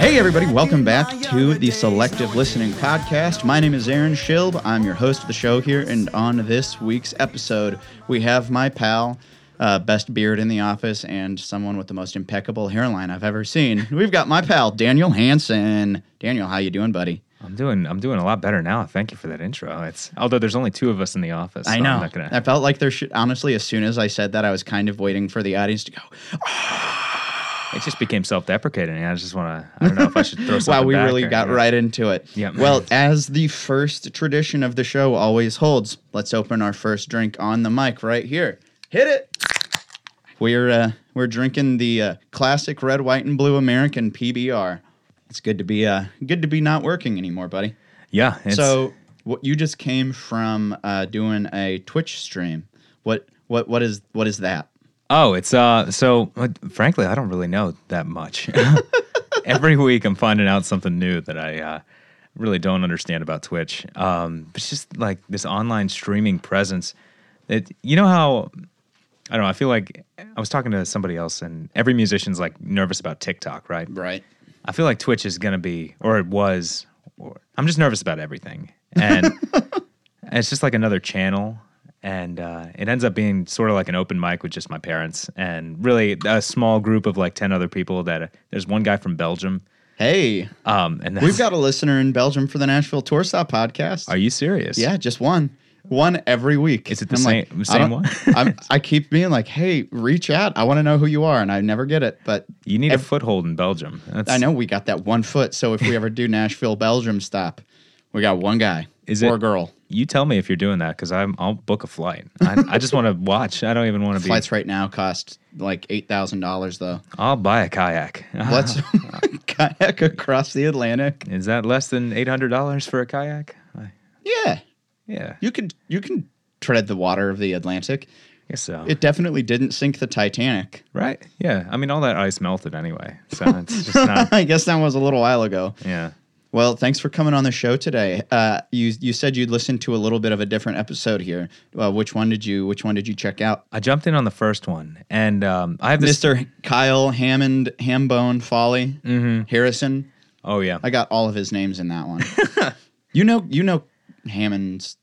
Hey, everybody, welcome back to the Selective Listening Podcast. My name is Aaron Schilb. I'm your host of the show here, and on this week's episode, we have my pal, uh, best beard in the office, and someone with the most impeccable hairline I've ever seen. We've got my pal, Daniel Hansen. Daniel, how you doing, buddy? I'm doing I'm doing a lot better now. Thank you for that intro. It's although there's only two of us in the office. I so know. I'm not gonna, I felt like there should, honestly, as soon as I said that, I was kind of waiting for the audience to go, it just became self-deprecating. I just want to. I don't know if I should throw something. Wow, we back really or- got yeah. right into it. Yep. Well, as the first tradition of the show always holds, let's open our first drink on the mic right here. Hit it. We're uh, we're drinking the uh, classic red, white, and blue American PBR. It's good to be uh, good to be not working anymore, buddy. Yeah. It's, so, what you just came from uh, doing a Twitch stream? What what what is what is that? Oh, it's uh. So uh, frankly, I don't really know that much. Every week, I'm finding out something new that I uh, really don't understand about Twitch. Um, it's just like this online streaming presence. It you know how I don't know. I feel like I was talking to somebody else, and every musician's like nervous about TikTok, right? Right. I feel like Twitch is gonna be, or it was. Or, I'm just nervous about everything, and it's just like another channel, and uh, it ends up being sort of like an open mic with just my parents and really a small group of like ten other people. That uh, there's one guy from Belgium, Hey, um, and we've that's- got a listener in Belgium for the Nashville Tour Stop podcast. Are you serious? Yeah, just one. One every week. Is it the I'm same- like, same I don't- one? I'm, I keep being like, hey, reach out. I want to know who you are. And I never get it. But You need a foothold in Belgium. That's, I know we got that one foot. So if we ever do Nashville, Belgium stop, we got one guy Is or it- girl. You tell me if you're doing that because I'm. I'll book a flight. I, I just want to watch. I don't even want to be. Flights right now cost like $8,000 though. I'll buy a kayak. Let's kayak across the Atlantic. Is that less than eight hundred dollars for a kayak? I, Yeah, yeah, I you can, you can tread the water of the Atlantic. guess so. It definitely didn't sink the Titanic. Right? Yeah. I mean, all that ice melted anyway. So it's just not. I guess that was a little while ago. Yeah. Well, thanks for coming on the show today. Uh, you you said you'd listened to a little bit of a different episode here. Uh, which one did you Which one did you check out? I jumped in on the first one, and um, I have this. Mister Kyle Hammond Hambone Folly Harrison. Oh yeah. I got all of his names in that one. you know, you know Hammond's.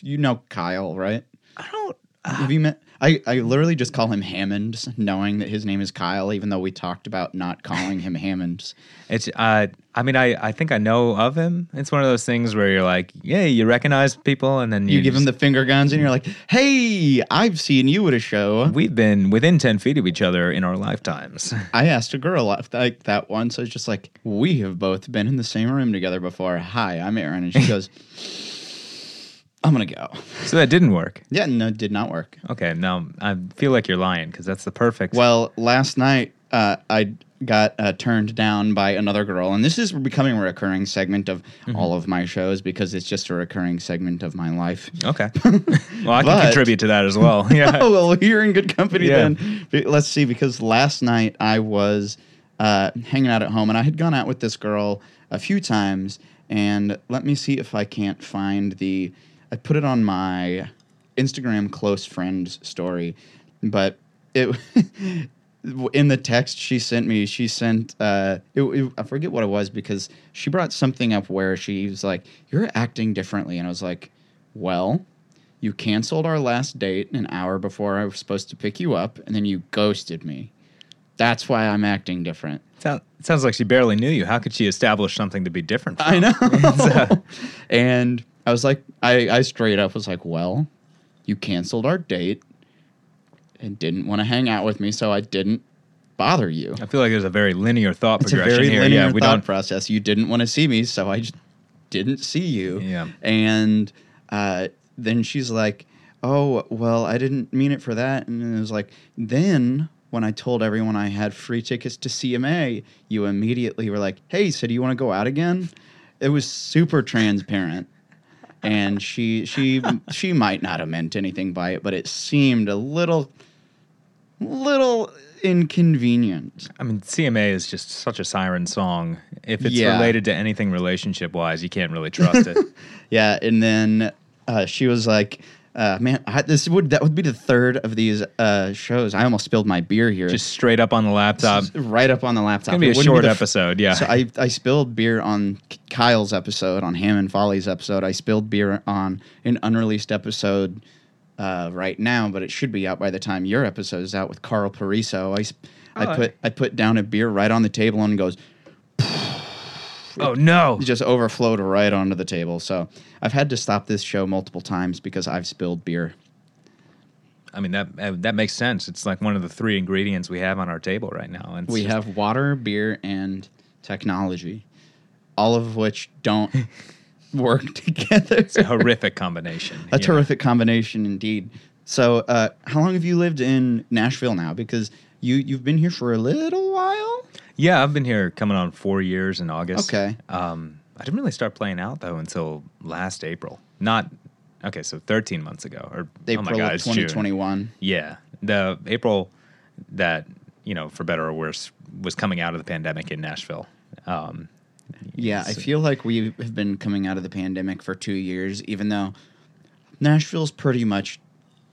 You know Kyle, right? I don't. Have you met? I, I literally just call him Hammond, knowing that his name is Kyle, even though we talked about not calling him Hammond. It's. Uh, I mean, I, I think I know of him. It's one of those things where you're like, yeah, you recognize people, and then you, You give him just- the finger guns, and you're like, "Hey, I've seen you at a show." We've been within ten feet of each other in our lifetimes. I asked a girl off- like that once. I was just like, "We have both been in the same room together before." Hi, I'm Aaron, and she goes, "I'm gonna go." so that didn't work. Yeah, no, it did not work. Okay. Now I feel like you're lying because that's the perfect. Well, last night uh, I got uh, turned down by another girl, and this is becoming a recurring segment of all of my shows because it's just a recurring segment of my life. okay. well, I can But- contribute to that as well. Yeah. oh well you're in good company Yeah. then Be- let's see because last night i was uh, hanging out at home and i had gone out with this girl a few times and let me see if i can't find the i put it on my instagram close friends story but it in the text she sent me, she sent uh, it, it- I forget what it was because she brought something up where she was like, "You're acting differently," and I was like, "Well, you canceled our last date an hour before I was supposed to pick you up, and then you ghosted me. That's why I'm acting different." Sound- sounds like she barely knew you. How could she establish something to be different? From? I know. and I was like, I, I straight up was like, well, you canceled our date and didn't want to hang out with me, so I didn't bother you. I feel like there's a very linear thought it's a progression very here. linear yeah, we thought don't. process. You didn't want to see me, so I just didn't see you. Yeah. And uh, then she's like, "Oh, well, I didn't mean it for that." And then it was like, then when I told everyone I had free tickets to CMA, you immediately were like, "Hey, so do you want to go out again?" It was super transparent. And she she she might not have meant anything by it, but it seemed a little little inconvenient. I mean, CMA is just such a siren song. If it's Yeah. related to anything relationship wise, you can't really trust it. Yeah, and then uh, she was like, Uh, man, I, this would that would be the third of these uh, shows. I almost spilled my beer here. Just straight up on the laptop. It's right up on the laptop. gonna be It a wouldn't short the episode, yeah. So I, I spilled beer on K- Kyle's episode, on Ham and Folly's episode. I spilled beer on an unreleased episode uh, right now, but it should be out by the time your episode is out with Carl Pariso. I sp- Oh, I put I put down a beer right on the table and it goes oh no. it just overflowed right onto the table. So I've had to stop this show multiple times because I've spilled beer. I mean that uh, that makes sense. It's like one of the three ingredients we have on our table right now. And it's We just- have water, beer, and technology, all of which don't work together. it's a horrific combination. a you know. terrific combination indeed. So, uh, how long have you lived in Nashville now? Because you you've been here for a little while. Yeah, I've been here coming on four years in August. Okay. Um, I didn't really start playing out though until last April. Not okay, so 13 months ago. Or oh April my God, of it's June. twenty twenty one. Yeah, the April that you know, for better or worse, was coming out of the pandemic in Nashville. Um, Yeah, I So- feel like we have been coming out of the pandemic for two years, even though Nashville's pretty much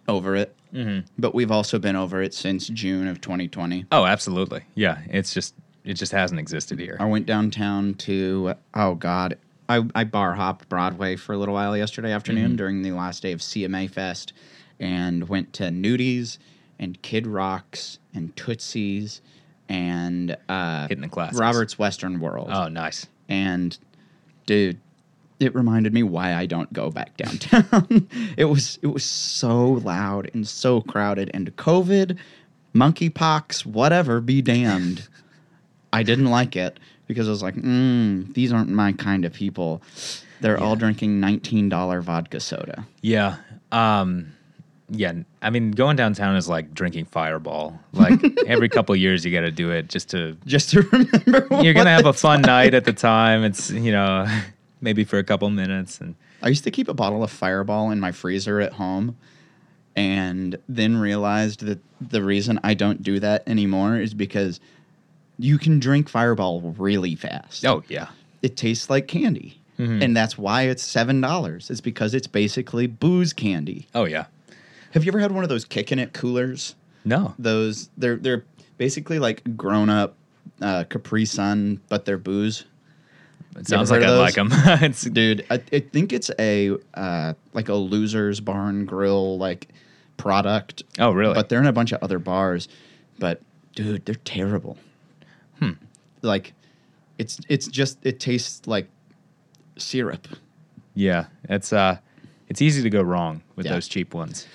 over it. Mm-hmm. But we've also been over it since June of twenty twenty. oh, absolutely. Yeah, it's just it just hasn't existed here. I went downtown to oh god, I, I bar hopped Broadway for a little while yesterday afternoon during the last day of CMA Fest, and went to Nudies and Kid Rocks and Tootsie's and uh, Hitting the classics. Robert's Western World, Oh, nice. and dude. It reminded me why I don't go back downtown. it was it was so loud and so crowded and COVID, monkeypox, whatever, be damned. I didn't like it because I was like, mm, these aren't my kind of people. They're all drinking $19 vodka soda. Yeah. Um yeah, I mean going downtown is like drinking Fireball. Like every couple years you got to do it just to Just to remember, You're what going to have the- a fun night at the time. It's, you know, maybe for a couple minutes and I used to keep a bottle of Fireball in my freezer at home, and then realized that the reason I don't do that anymore is because you can drink Fireball really fast. Oh, yeah. it tastes like candy, and that's why it's seven dollars. It's because it's basically booze candy. Oh, yeah. Have you ever had one of those kicking it coolers? No. those they're they're basically like grown up uh, Capri Sun, but they're booze. It sounds ever like I heard like of them. it's Dude, I, I think it's a uh, like a losers barn grill like product. Oh, really? But they're in a bunch of other bars. But dude, they're terrible. Hmm. Like it's it's just it tastes like syrup. yeah, it's uh it's easy to go wrong with Yeah. those cheap ones.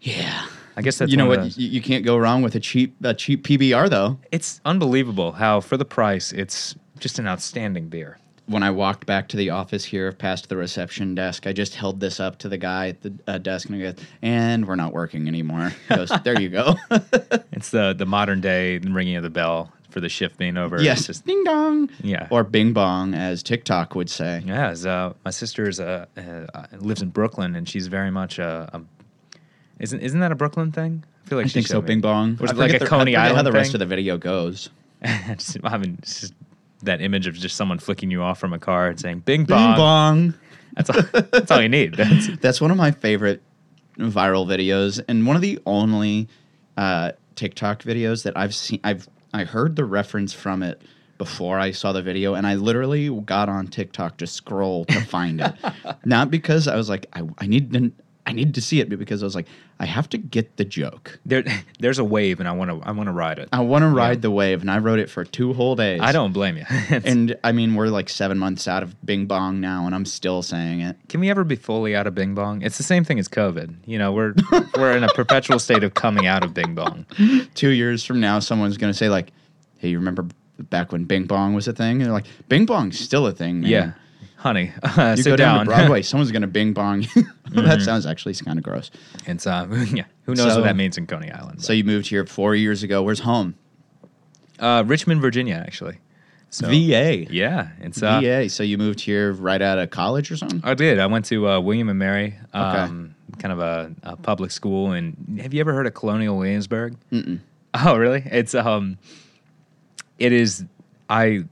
Yeah. I guess that's you know one what? of those- You, you can't go wrong with a cheap a cheap PBR though. It's unbelievable how for the price it's just an outstanding beer. when I walked back to the office here past the reception desk, I just held this up to the guy at the uh, desk and I goes, and we're not working anymore. He goes, there you go. It's the the modern day ringing of the bell for the shift being over. It's yes. just- Ding dong. Yeah. Or bing bong, as TikTok would say. Yeah, as, uh, my sister is uh, uh, lives in Brooklyn, and she's very much a, a isn't isn't that a Brooklyn thing? I feel like I she think showed so. me. Bing bong. Or is I it like forget the- a I Coney forget Island how the rest thing? of the video goes. Just- I mean, it's just that image of just someone flicking you off from a car and saying "Bing Bing bong." bong. That's all, that's all you need. That's, That's one of my favorite viral videos, and one of the only uh, TikTok videos that I've seen. I've I heard the reference from it before I saw the video, and I literally got on TikTok to scroll to find it. Not because I was like, I, I need to. I need to see it, but because I was like, I have to get the joke. there, there's a wave, and I want to I want to ride it. I want to ride the wave, and I wrote it for two whole days. I don't blame you. It's- And I mean, we're like seven months out of Bing Bong now, and I'm still saying it. Can we ever be fully out of Bing Bong? It's the same thing as COVID. You know, we're we're in a perpetual state of coming out of Bing Bong. two years from now, someone's going to say like, "Hey, you remember back when Bing Bong was a thing?" And they're like, "Bing Bong's still a thing, man." Yeah, honey, uh, You sit go down, down. Mm-hmm. to Broadway, someone's going to Bing Bong. you. that sounds actually kind of gross. It's uh, yeah. Who knows So- what that means in Coney Island? So you moved here four years ago. Where's home? Uh, Richmond, Virginia, actually. So VA. yeah, it's uh, VA. So you moved here right out of college or something? I did. I went to uh, William and Mary, um, kind of a, a public school. And have you ever heard of Colonial Williamsburg? Mm-mm. Oh, really? It's um, it is. I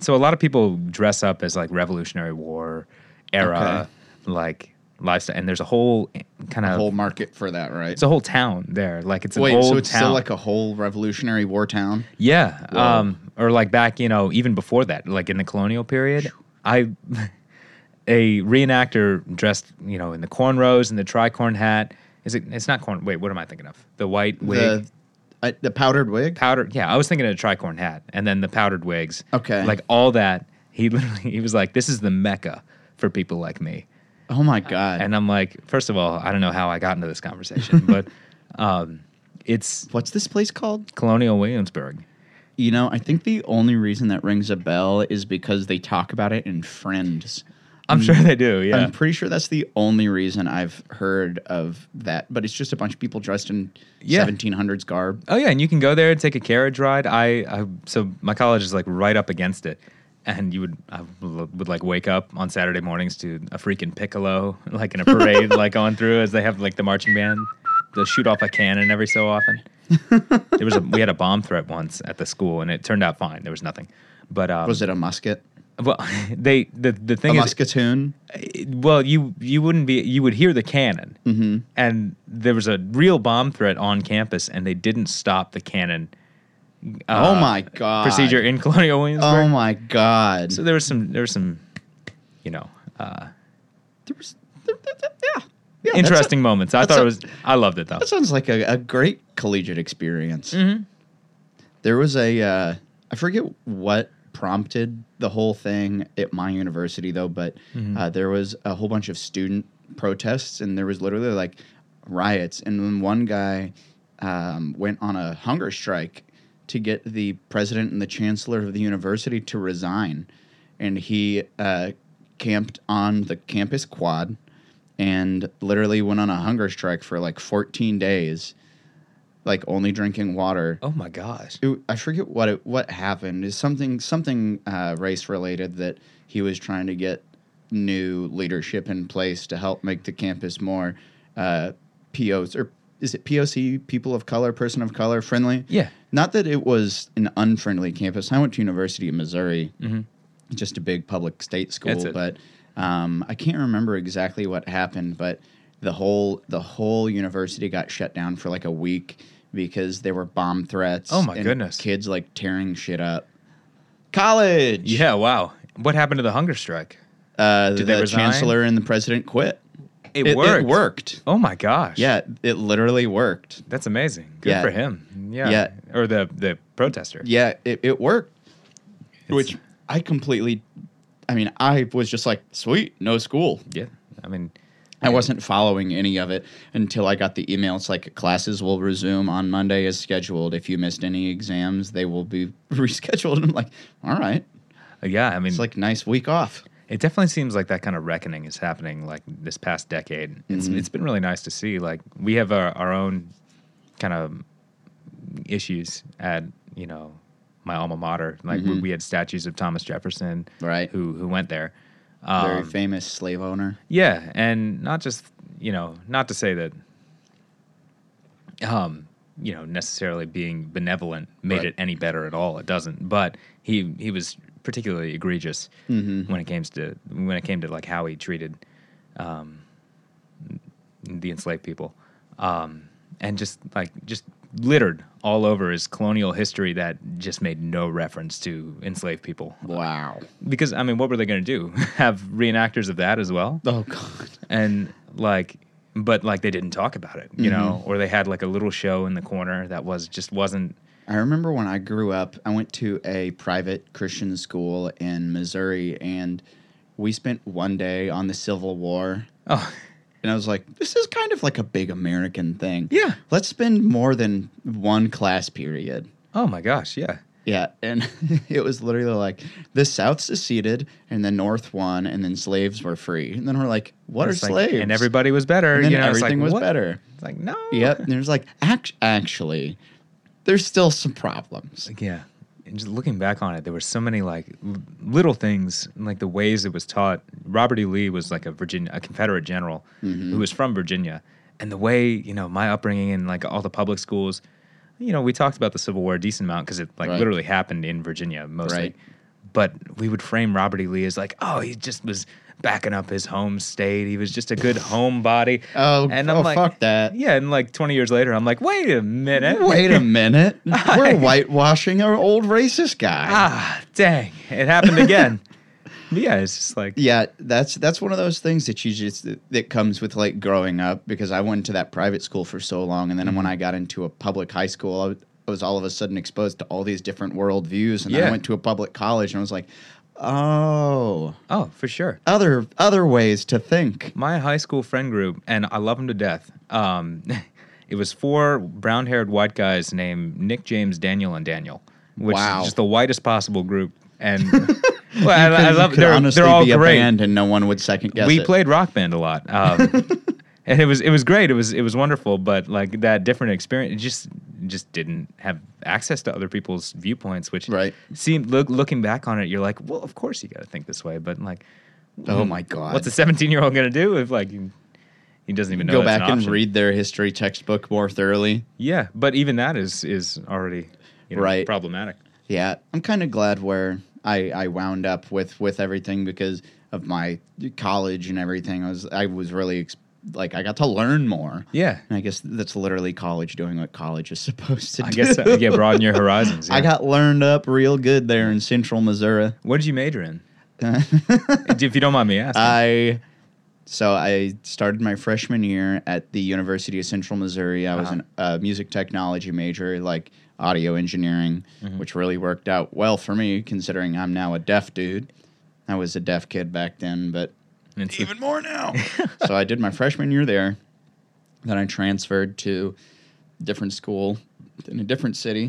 so a lot of people dress up as like Revolutionary War era, like livestock, and there's a whole eh, kind of whole market for that, right? it's a whole town there. Like Uh, it's an Wait, old so it's town. still like a whole Revolutionary War town? Yeah. Um, or like back, you know, even before that, like in the colonial period, I, a reenactor dressed, you know, in the cornrows and the tricorn hat. Is it? It's not corn. Wait, what am I thinking of? The white wig, The I, the powdered wig. powdered. Yeah, I was thinking of a tricorn hat, and then the powdered wigs. Okay. Like all that. He literally, he was like, "This is the mecca for people like me." Oh my god! And I'm like, first of all, I don't know how I got into this conversation, but um, it's What's this place called? Colonial Williamsburg. You know, I think the only reason that rings a bell is because they talk about it in Friends. I'm sure they do. Yeah. Mm. I'm pretty sure that's the only reason I've heard of that. But it's just a bunch of people dressed in Yeah. 1700s garb. Oh yeah, and you can go there and take a carriage ride. I, I so my college is like right up against it, and you would I l- would like wake up on Saturday mornings to a freaking piccolo like in a parade like going through as they have like the marching band. They'll shoot off a cannon every so often. there was a, we had a bomb threat once at the school, and it turned out fine. There was nothing, but um, Was it a musket? well, they the the A thing is musketoon? well, you you wouldn't be you would hear the cannon, mm-hmm. and there was a real bomb threat on campus, and they didn't stop the cannon. oh my god! Uh, Procedure in Colonial Williamsburg. Oh my god! So there was some there was some, you know, uh, There was- there- there- there- yeah. Yeah, that's interesting moments. that's I thought a- it was I loved it though. That sounds like a, a great collegiate experience. There was a, uh, I forget what prompted the whole thing at my university though, but uh, there was a whole bunch of student protests and there was literally like riots. And then one guy um, went on a hunger strike to get the president and the chancellor of the university to resign. And he uh, camped on the campus quad and literally went on a hunger strike for like 14 days, like only drinking water. Oh my gosh. It, I forget what it, what happened. Is something something uh, race related that he was trying to get new leadership in place to help make the campus more uh, POs or is it POC people of color, person of color friendly? Yeah. Not that it was an unfriendly campus. I went to University of Missouri, just a big public state Mm-hmm. That's school, it. but um, I can't remember exactly what happened. But the whole the whole university got shut down for like a week because there were bomb threats. Oh, my and goodness. Kids like tearing shit up. College. Yeah. Wow. What happened to the hunger strike? Uh, the they resign? chancellor and the president quit. It, worked. It worked. Oh my gosh. Yeah, it literally worked. That's amazing. Good Yeah. for him. Yeah. Yeah. Or the the protester. Yeah, it, it worked. It's- which I completely, I mean, I was just like, sweet, no school. Yeah. I mean. I wasn't following any of it until I got the email. It's like classes will resume on Monday as scheduled. If you missed any exams, they will be rescheduled. And I'm like, all right, Yeah. I mean. it's like nice week off. It definitely seems like that kind of reckoning is happening like this past decade. It's Mm-hmm. it's been really nice to see. Like we have our, our own kind of issues at, you know, my alma mater. Like we, we had statues of Thomas Jefferson Mm-hmm. Right. who who went there. Very Um, famous slave owner. yeah, and not just, you know, not to say that um, you know, necessarily being benevolent made Right. it any better at all. It doesn't. But he he was particularly egregious when it came to when it came to like how he treated um, the enslaved people, um, and just like just littered all over his colonial history that just made no reference to enslaved people. Wow. Because I mean, what were they going to do? Have reenactors of that as well? Oh, God. and like but like they didn't talk about it you Mm-hmm. know or they had like a little show in the corner that was just wasn't I remember when I grew up, I went to a private Christian school in Missouri, and we spent one day on the Civil War. oh And I was like, this is kind of like a big American thing. Yeah. Let's spend more than one class period. oh my gosh yeah Yeah. And it was literally like the South seceded and the North won and then slaves were free. And then we're like, what It's are like- slaves? and everybody was better And then you know it's like, everything was what? better. it's like no Yep. And there's like, act- actually, there's still some problems. Like, yeah and just looking back on it there were so many like l- little things like the ways it was taught robert e lee was like a virginia a confederate general Mm-hmm. who was from virginia and the way you know my upbringing and like all the public schools you know we talked about the civil war a decent amount because it like Right. literally happened in virginia mostly Right. but we would frame robert e lee as like oh he just was backing up his home state. He was just a good homebody. Oh, oh, fuck that. Yeah, and like 20 years later, I'm like, wait a minute. Wait a minute. We're whitewashing our old racist guy. Ah, dang. It happened again. But yeah, it's just like, yeah, that's that's one of those things that you just that comes with like growing up because I went to that private school for so long, and then when Mm-hmm. I got into a public high school, I was, I was all of a sudden exposed to all these different worldviews, and then Yeah. I went to a public college, and I was like, oh, oh, for sure. other other ways to think. my high school friend group, and I love them to death. Um, it was four brown haired white guys named Nick, James, Daniel, and Daniel, which Wow. is just the whitest possible group. And well, I, I You love could they're, honestly they're all be a great. band, and no one would second guess we it. played rock band a lot. Um, and it was it was great. It was it was wonderful, but like that different experience it just just didn't have access to other people's viewpoints, which Right. seemed look looking back on it, you're like, well, of course you got to think this way, but like, Oh my God. what's a 17 year old gonna do if like you- he doesn't even know? Go that's an back and option? read their history textbook more thoroughly. Yeah, but even that is is already you know, Right. problematic. Yeah, I'm kind of glad where I, I wound up with with everything because of my college and everything. I was I was really ex- like I got to learn more. Yeah, And I guess that's literally college doing what college is supposed to I do. guess uh, yeah, broaden your horizons. I yeah. got learned up real good there in Central Missouri. What did you major in? if you don't mind me asking. I so I started my freshman year at the University of Central Missouri. I was Uh-huh. an- a music technology major, like audio engineering, which really worked out well for me, considering I'm now a deaf dude. I was a deaf kid back then, but It's the- even more now. so I did my freshman year there. Then I transferred to a different school in a different city.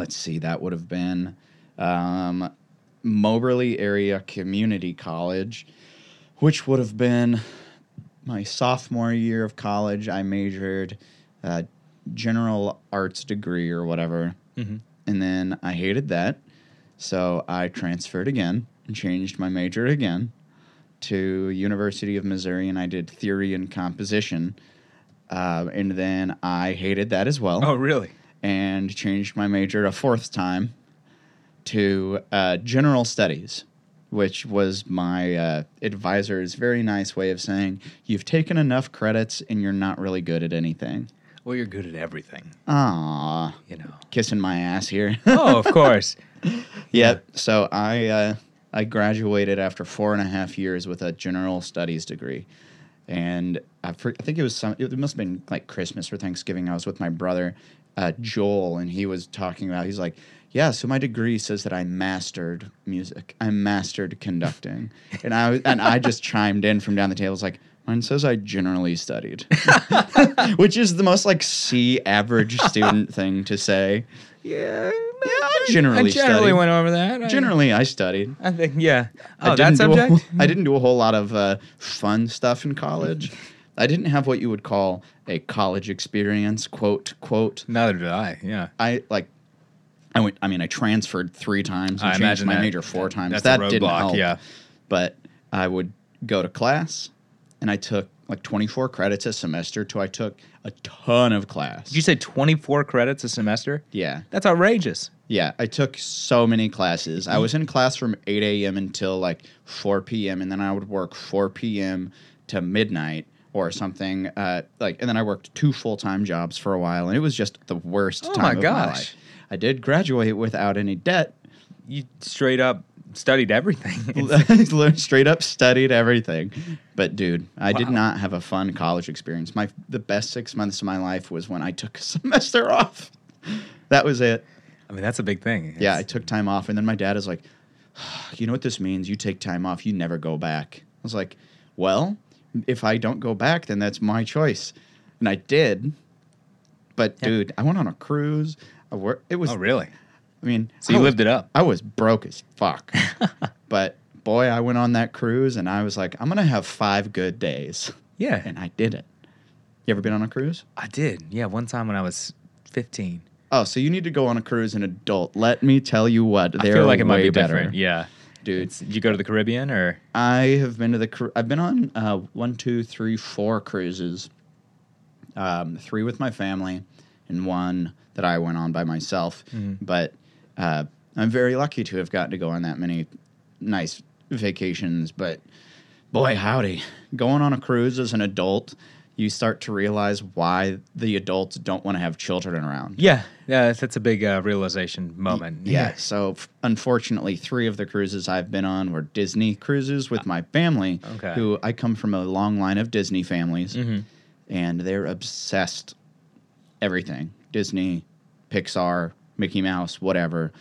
Let's see, that would have been um, Moberly Area Community College, which would have been my sophomore year of college. I majored uh, general arts degree or whatever. Mhm. And then I hated that. So I transferred again and changed my major again to University of Missouri, and I did theory and composition. Uh, and then I hated that as well, oh, really? and changed my major a fourth time to uh, general studies, which was my uh, advisor's very nice way of saying you've taken enough credits and you're not really good at anything. Well, you're good at everything, Ah, you know. kissing my ass here. Oh, of course. Yep. So I uh, I graduated after four and a half years with a general studies degree, and I, fr- I think it was some. It must have been like Christmas or Thanksgiving. I was with my brother, uh, Joel, and he was talking about. He's like, "Yeah, so my degree says that I mastered music. I mastered conducting," and I was- and I just chimed in from down the table. I was like. Mine says I generally studied, which is the most like C average student thing to say. Yeah, I generally I generally studied. went over that. I- Generally, I studied. I think yeah. Oh, I that didn't do a subject. whole- I didn't do a whole lot of uh, fun stuff in college. I didn't have what you would call a college experience, quote quote. Neither did I. Yeah. I like. I went. I mean, I transferred three times. And I changed imagine my that- major four times. that's a that didn't roadblock, help. yeah. But I would go to class, and I took like 24 credits a semester. To I took a ton of class. Did you say 24 credits a semester? yeah. That's outrageous. Yeah, I took so many classes. I Mm-hmm. was in class from 8 a.m. until like 4 p.m., and then I would work 4 p.m. to midnight or something. Uh, like, and then I worked two full time jobs for a while, and it was just the worst Oh time my of my gosh. life. I did graduate without any debt. You straight up studied everything. Learned straight up, studied everything. But dude, I did Wow. not have a fun college experience. My the best six months of my life was when I took a semester off. That was it. I mean, that's a big thing. Yeah, I It's- took time off, and then my dad is like, "Ah, "You know what this means? You take time off, you never go back." I was like, "Well, if I don't go back, then that's my choice," and I did. But Yeah. dude, I went on a cruise. I wor- It was. Oh, really? I mean, So you I was, lived it up. I was broke as fuck, but boy, I went on that cruise, and I was like, "I'm gonna have five good days," Yeah, and I did it. You ever been on a cruise? I did. Yeah, one time when I was 15. Oh, so you need to go on a cruise an adult. Let me tell you what, I they're feel like it might way be better, different. Yeah. dude. It's- did you go to the Caribbean or? I have been to the. Car- I've been on uh, one, two, three, four cruises. Um, three with my family, and one that I went on by myself. But uh, I'm very lucky to have gotten to go on that many nice vacations. But boy, howdy. Going on a cruise as an adult, you start to realize why the adults don't want to have children around. Yeah, yeah, that's, that's a big uh, realization moment. Yeah. So f- unfortunately, three of the cruises I've been on were Disney cruises with my family, Okay. who I come from a long line of Disney families, and they're obsessed everything Disney, Pixar, Mickey Mouse, whatever.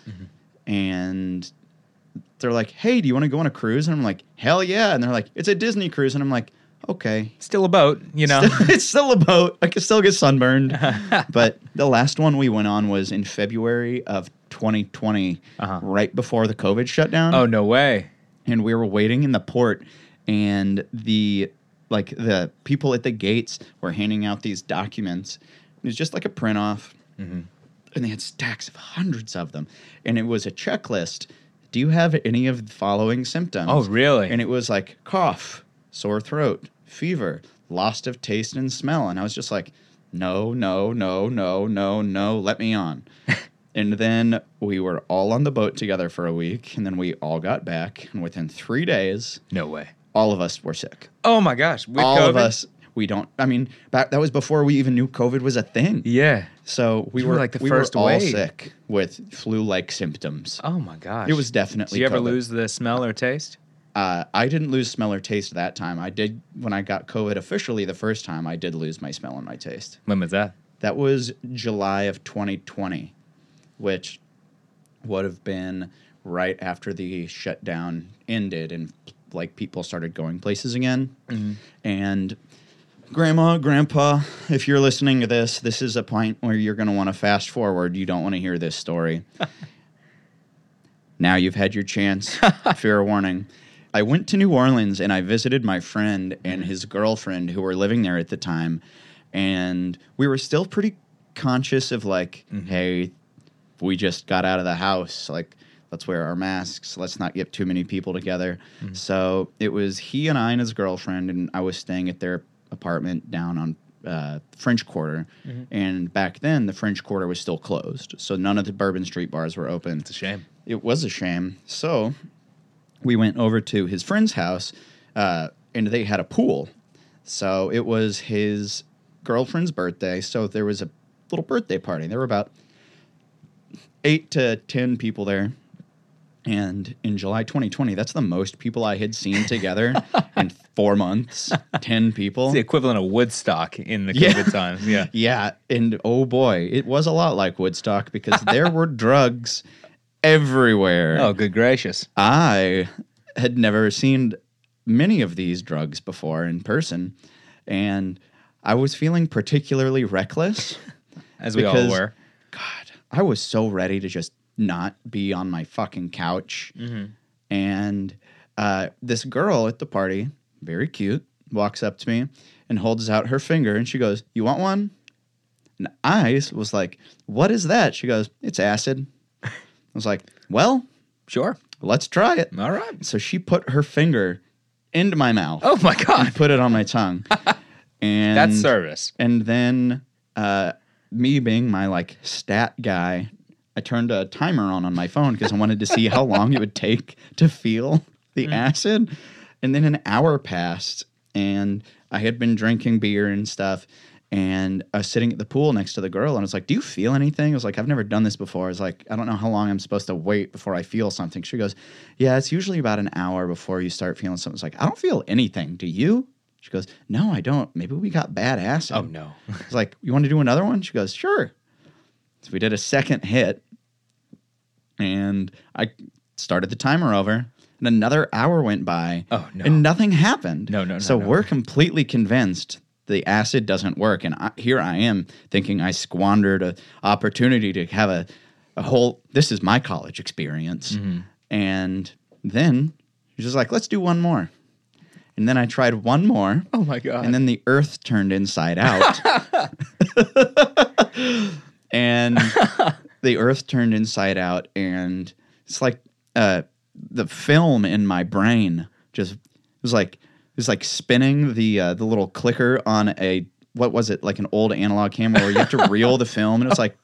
And they're like, "Hey, do you want to go on a cruise?" And I'm like, "Hell yeah!" And they're like, "It's a Disney cruise," and I'm like, "Okay." Still a boat, you know. it's still a boat. I can still get sunburned. but the last one we went on was in February of 2020, Uh-huh. right before the COVID shutdown. oh no way. And we were waiting in the port, and the like the people at the gates were handing out these documents. It was just like a print off, Mm-hmm. and they had stacks of hundreds of them, and it was a checklist. Do you have any of the following symptoms? Oh really? And it was like cough, sore throat, fever, loss of taste and smell. And I was just like, no, no, no, no, no, no, let me on. and then we were all on the boat together for a week. And then we all got back. And within three days, no way. all of us were sick. Oh my gosh. With all of COVID? us. We don't, I mean, back, that was before we even knew COVID was a thing. Yeah. So we You were, were like the we first were all wave. sick with flu like symptoms. Oh my gosh. It was definitely Did you ever COVID. lose the smell or taste? uh, I didn't lose smell or taste that time. I did when I got COVID officially the first time. I did lose my smell and my taste. When was that? That was July of 2020, which would have been right after the shutdown ended and like people started going places again. And grandma, grandpa, if you're listening to this, this is a point where you're going to want to fast forward. You don't want to hear this story. now you've had your chance. Fair warning. I went to New Orleans and I visited my friend and his girlfriend who were living there at the time. And we were still pretty conscious of like, hey, we just got out of the house. Like, let's wear our masks. Let's not get too many people together. So it was he and I and his girlfriend, and I was staying at their apartment down on uh, French Quarter. And back then, the French Quarter was still closed. So none of the Bourbon Street bars were open. It's a shame. It was a shame. So we went over to his friend's house, uh, and they had a pool. So it was his girlfriend's birthday. So there was a little birthday party. There were about eight to 10 people there. And in July 2020, that's the most people I had seen together in four months 10 people. It's the equivalent of Woodstock in the Yeah. COVID times. Yeah. Yeah, and oh boy, it was a lot like Woodstock because there were drugs everywhere. Oh, good gracious. I had never seen many of these drugs before in person, and I was feeling particularly reckless. As we all Because- were. God, I was so ready to just not be on my fucking couch. And uh, this girl at the party, very cute, walks up to me and holds out her finger and she goes, You want one? And I was like, What is that? She goes, It's acid. I was like, Well, Sure. let's try it. All right. So she put her finger into my mouth Oh my God. and put it on my tongue. and That's service. and then uh, me being my like stat guy, I turned a timer on on my phone because I wanted to see how long it would take to feel the acid. And then an hour passed, and I had been drinking beer and stuff. And I was sitting at the pool next to the girl, and I was like, "Do you feel anything?" I was like, "I've never done this before." I was like, "I don't know how long I'm supposed to wait before I feel something." She goes, "Yeah, it's usually about an hour before you start feeling something." It's like, "I don't feel anything. Do you?" She goes, "No, I don't. Maybe we got bad acid." Oh no. I was like, "You want to do another one?" She goes, "Sure." So we did a second hit, and I started the timer over, and another hour went by, Oh, no. and nothing happened. No, no, no, So no. we're completely convinced the acid doesn't work, and I, here I am thinking I squandered a opportunity to have a, a whole. This is my college experience, Mm-hmm. and then she's just like, "Let's do one more," and then I tried one more. Oh my God. And then the earth turned inside out. and the earth turned inside out. And it's like uh, the film in my brain just it was like it was like spinning the uh, the little clicker on a what was it like an old analog camera where you have to reel the film and it's like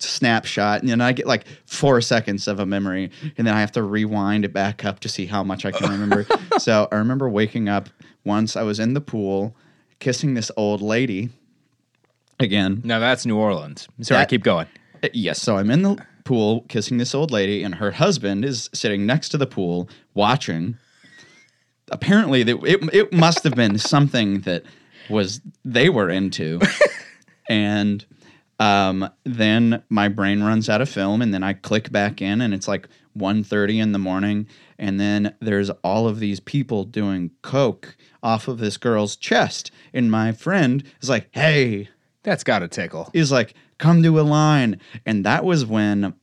snapshot, and then I get like four seconds of a memory, and then I have to rewind it back up to see how much I can remember. so I remember waking up once I was in the pool, kissing this old lady. Again, Now that's New Orleans. Sorry, That- keep going. Uh, Yes, so I'm in the pool kissing this old lady, and her husband is sitting next to the pool watching. Apparently, that it it must have been something that was they were into, and um, then my brain runs out of film, and then I click back in, and it's like 1.30 in the morning, and then there's all of these people doing coke off of this girl's chest, and my friend is like, "Hey, That's got to tickle. is like come to a line and that was when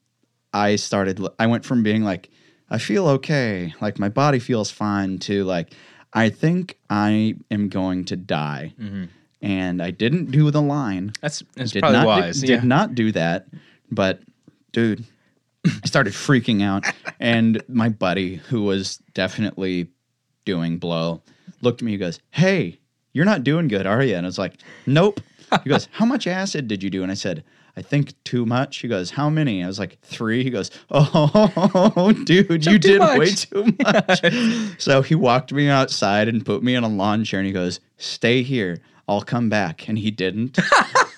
i started i went from being like i feel okay like my body feels fine to like i think i am going to die and i didn't do the line That's, that's did probably not wise. Did, yeah. did not do that but dude i started freaking out and my buddy who was definitely doing blow looked at me and goes hey you're not doing good are you and i was like nope he goes how much acid did you do and i said I think too much. He goes, How many? I was like, Three. He goes, Oh, dude, you too did much." way too much. so he walked me outside and put me in a lawn chair and he goes, Stay here. I'll come back. And he didn't.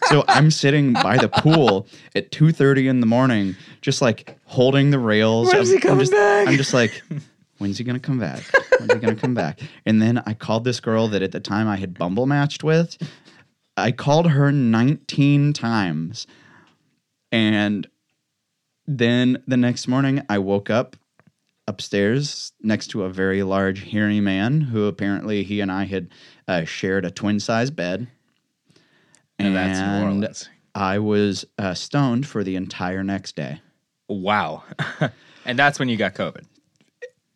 so I'm sitting by the pool at 2.30 in the morning, just like holding the rails. When's I'm- he coming I'm just, back? I'm just like, when's he gonna come back? When's he gonna come back? And then I called this girl that at the time I had bumble matched with. I called her 19 times. And then the next morning I woke up upstairs next to a very large hairy man who apparently he and I had uh, shared a twin size bed. And that's New And Orleans. I was uh, stoned for the entire next day. Wow. and that's when you got COVID.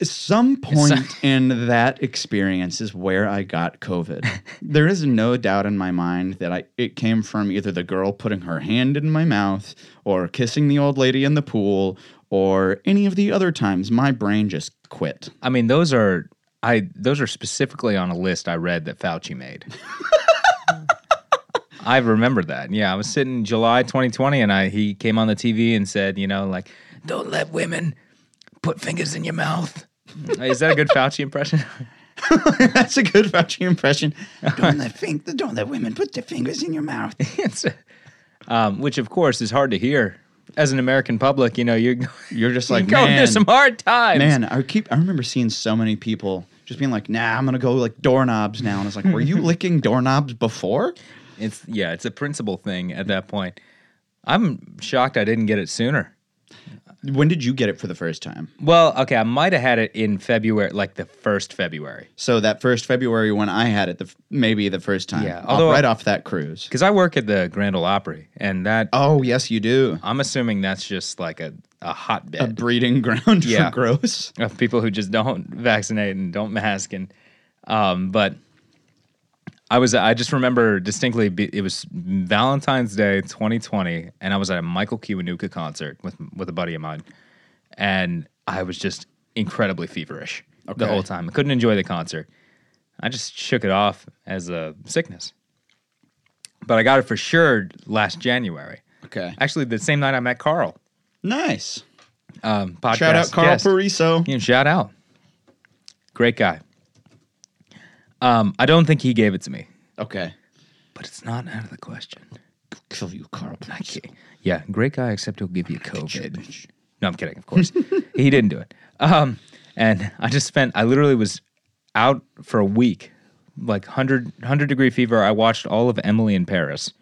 some point in that experience is where I got COVID. there is no doubt in my mind that I it came from either the girl putting her hand in my mouth or kissing the old lady in the pool or any of the other times my brain just quit. I mean, those are I those are specifically on a list I read that Fauci made. I remember that. Yeah, I was sitting July 2020, and I he came on the TV and said, you know, like, don't let women put fingers in your mouth. Is that a good Fauci impression? That's a good Fauci impression. Don't let fin- don't let women put their fingers in your mouth. It's- um, which of course is hard to hear as an American public. You know, you're You're just like like going man, through some hard times. Man, I keep I remember seeing so many people just being like, "Nah, I'm gonna go like doorknobs now," and I was like, "Were you licking doorknobs before?" It's yeah, it's a principle thing at that point. I'm shocked I didn't get it sooner. When did you get it for the first time? Well, okay, I might have had it in February, like the first February, So that first February when I had it, the, f- maybe the first time, Yeah, off- although- right off that cruise. because I work at the Grand Ole Opry, and that Oh yes, you do. I'm assuming that's just like a a A hotbed breeding ground Yeah. for gross. of people who just don't vaccinate and don't mask, and um, but I was I just remember distinctly be, it was Valentine's Day 2020, and I was at a Michael Kiwanuka concert with with a buddy of mine, and I was just incredibly feverish the Okay. whole time. I couldn't enjoy the concert. I just shook it off as a sickness. But I got it for sure last January. Okay, Actually, the same night I met Carl. nice. Um, podcast Shout out Carl guest. Pariso. You know, shout out. Great guy. Um, I don't think he gave it to me, Okay, but it's not out of the question. kill you, Carl. Pariso. Okay. Yeah, great guy, except he'll give you COVID. No, I'm kidding, of course. he didn't do it. Um, and I just spent, I literally was out for a week, like 100, 100 degree fever. I watched all of Emily in Paris.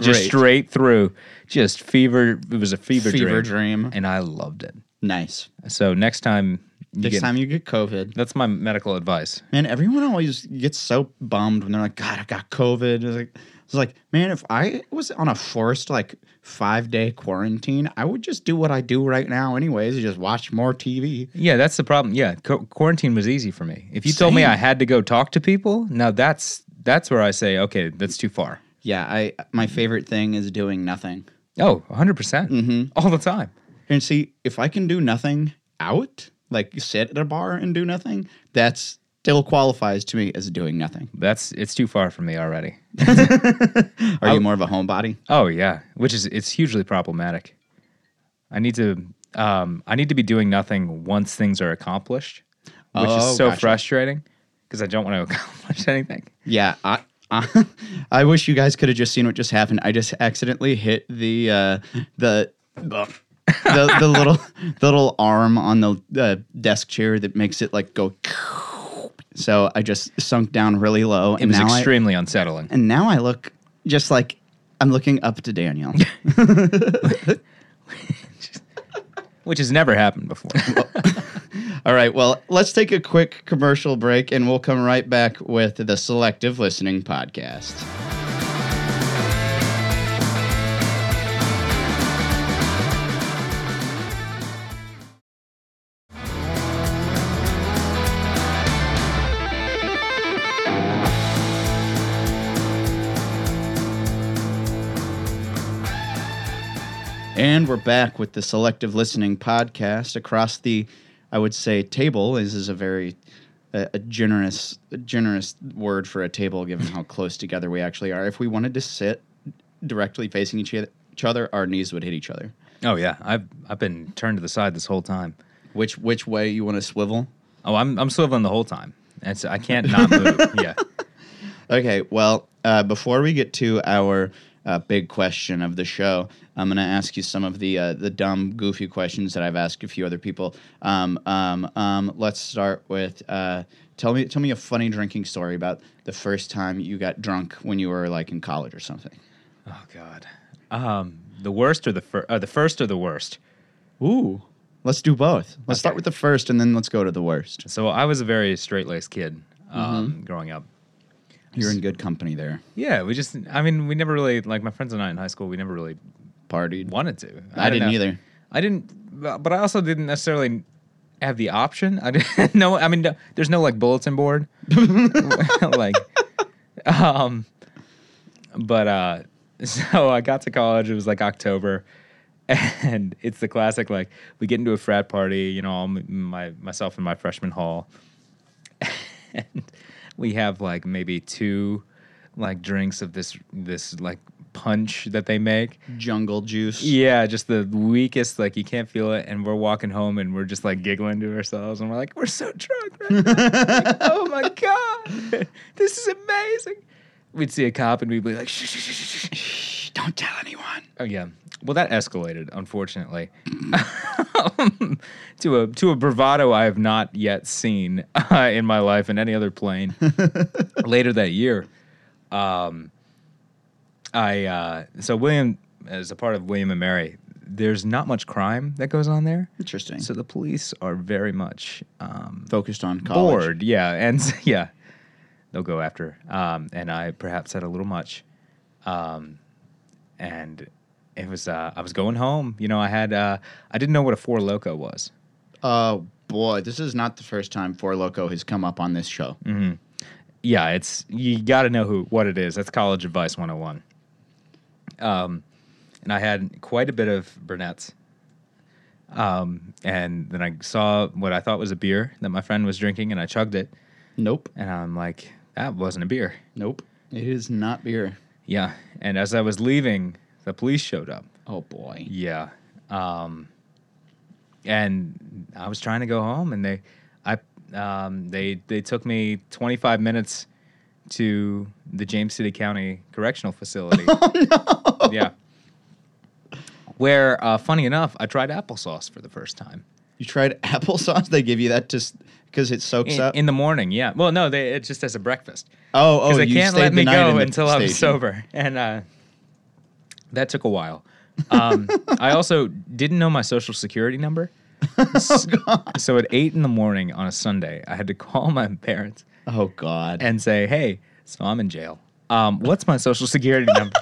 just Great. straight through, just fever. It was a fever, Fever dream. dream. And I loved it. Nice. So next time, you Next get, time you get COVID, that's my medical advice. man, everyone always gets so bummed when they're like, "God, I got COVID." It's like, it's like, man, if I was on a forced like five day quarantine, I would just do what I do right now, anyways, just watch more TV. Yeah, that's the problem. Yeah, qu- quarantine was easy for me. If you told me Same. I had to go talk to people, now that's that's where I say, okay, that's too far. Yeah, I my favorite thing is doing nothing. Oh, 100%. Mm-hmm. All the time. And see, if I can do nothing out, like sit at a bar and do nothing, that's still qualifies to me as doing nothing. That's it's too far for me already. Are you more of a homebody? Oh yeah, which is it's hugely problematic. I need to um, I need to be doing nothing once things are accomplished, which Oh, is so gotcha. frustrating because I don't want to accomplish anything. Yeah, I, I, I wish you guys could have just seen what just happened. I just accidentally hit the uh, the the, the little the little arm on the uh, desk chair that makes it like go. So I just sunk down really low, It and was now I, extremely unsettling. and now I look just like I'm looking up to Daniel. which has never happened before. All right, well, let's take a quick commercial break, and we'll come right back with the Selective Listening Podcast. And we're back with the Selective Listening podcast. Across the, I would say, table is is a very a, a generous a generous word for a table, given how close together we actually are. If we wanted to sit directly facing each oth- each other, our knees would hit each other. oh yeah, I've I've been turned to the side this whole time. Which which way you want to swivel? Oh, I'm I'm swiveling the whole time. And so I can't not move. yeah. Okay, well, uh, before we get to our uh, big question of the show, I'm going to ask you some of the uh, the dumb, goofy questions that I've asked a few other people. Um, um, um, let's start with uh, tell me tell me a funny drinking story about the first time you got drunk when you were like in college or something. Oh god. Um the worst or the fir- uh, the first or the worst. Ooh, let's do both. Let's start Okay. with the first, and then let's go to the worst. So I was a very straight-laced kid um, Mm-hmm. growing up. You're in good company there. Yeah, we just I mean, we never really like my friends and I in high school, we never really Partied. wanted to. I, don't didn't know. either. I didn't, but I also didn't necessarily have the option. I didn't know. I mean, no, there's no like bulletin board, like, um, but uh, so I got to college. It was like October, and it's the classic like we get into a frat party. You know, all m- my myself in my freshman hall, and we have like maybe two like drinks of this this like punch that they make Jungle juice. yeah, just the weakest, like you can't feel it. And we're walking home and we're just like giggling to ourselves. And we're like, we're so drunk right now. Like, oh my God, this is amazing. We'd see a cop and we'd be like, shh, shh, shh, shh, shh, shh. Shh, don't tell anyone. Oh, yeah. Well, that escalated, unfortunately, to a to a bravado I have not yet seen uh, in my life in any other plane. Later that year, um, I uh, so William as a part of William and Mary, there's not much crime that goes on there, Interesting. so the police are very much um, Focused on college. bored. Yeah, and yeah, they'll go after. Um, and I perhaps said a little much. Um, and it was uh, I was going home. You know, I had uh, I didn't know what a four loco was. Oh boy, this is not the first time Four Loco has come up on this show. Mm. Yeah, it's you got to know who what it is. That's college advice 101. Um, and I had quite a bit of brunettes. Um, and then I saw what I thought was a beer that my friend was drinking, and I chugged it, Nope, and I'm like, that wasn't a beer. nope. It is not beer. Yeah. And as I was leaving, the police showed up. Oh boy. Yeah. Um, and I was trying to go home, and they, I, um, they they took me 25 minutes to the James City County Correctional Facility. Oh no. Yeah. Where, uh, funny enough, I tried applesauce for the first time You tried applesauce? They give you that just because it soaks in, up. in the morning. Yeah. Well, no, they it just as a breakfast. oh, oh, because they you can't stayed let the me night in go the until I was station. sober, and uh, that took a while. Um, I also didn't know my social security number, Oh, S- so at eight in the morning on a Sunday, I had to call my parents Oh god. and say, "Hey, so I'm in jail. Um, what's my social security number?"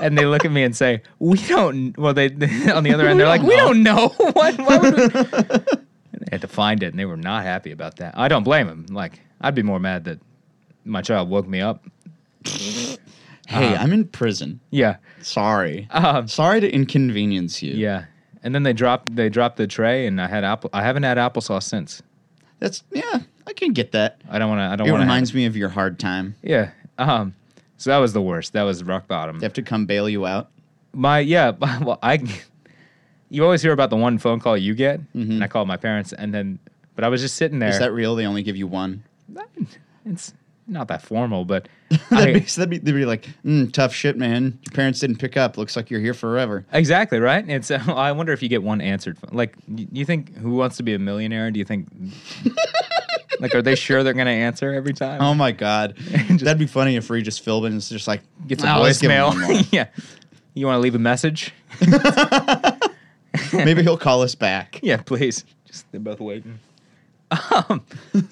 And they look at me and say, "We don't." Well, they, they- on the other end, they're like, "We don't know. What? Why would we?" And they had to find it, and they were not happy about that. I don't blame them. Like, I'd be more mad that my child woke me up. hey, uh, I'm in prison. Yeah, Sorry. um, Sorry to inconvenience you. yeah. And then they dropped they dropped the tray, and I had apple. I haven't had applesauce since. That's yeah. I can get that. I don't want to. I don't It want to. reminds me of your hard time. Yeah. Um. So that was the worst. That was rock bottom. They have to come bail you out. My yeah. Well, I. You always hear about the one phone call you get, and I called my parents, and then, but I was just sitting there. Mm-hmm. Is that real? They only give you one. it's not that formal, but That'd be, I, that'd be, they'd be like, mm, tough shit, man. Your parents didn't pick up. Looks like you're here forever. exactly right. It's. Uh, I wonder if you get one answered. phone- Like, y- you think who wants to be a millionaire? Do you think? like, are they sure they're gonna answer every time? Oh my god, that'd be funny if Regis Philbin is just like Gets a "Nah, let's give him one more." voicemail. yeah. You want to leave a message? Maybe he'll call us back. Yeah, please. Just they're both waiting. Um,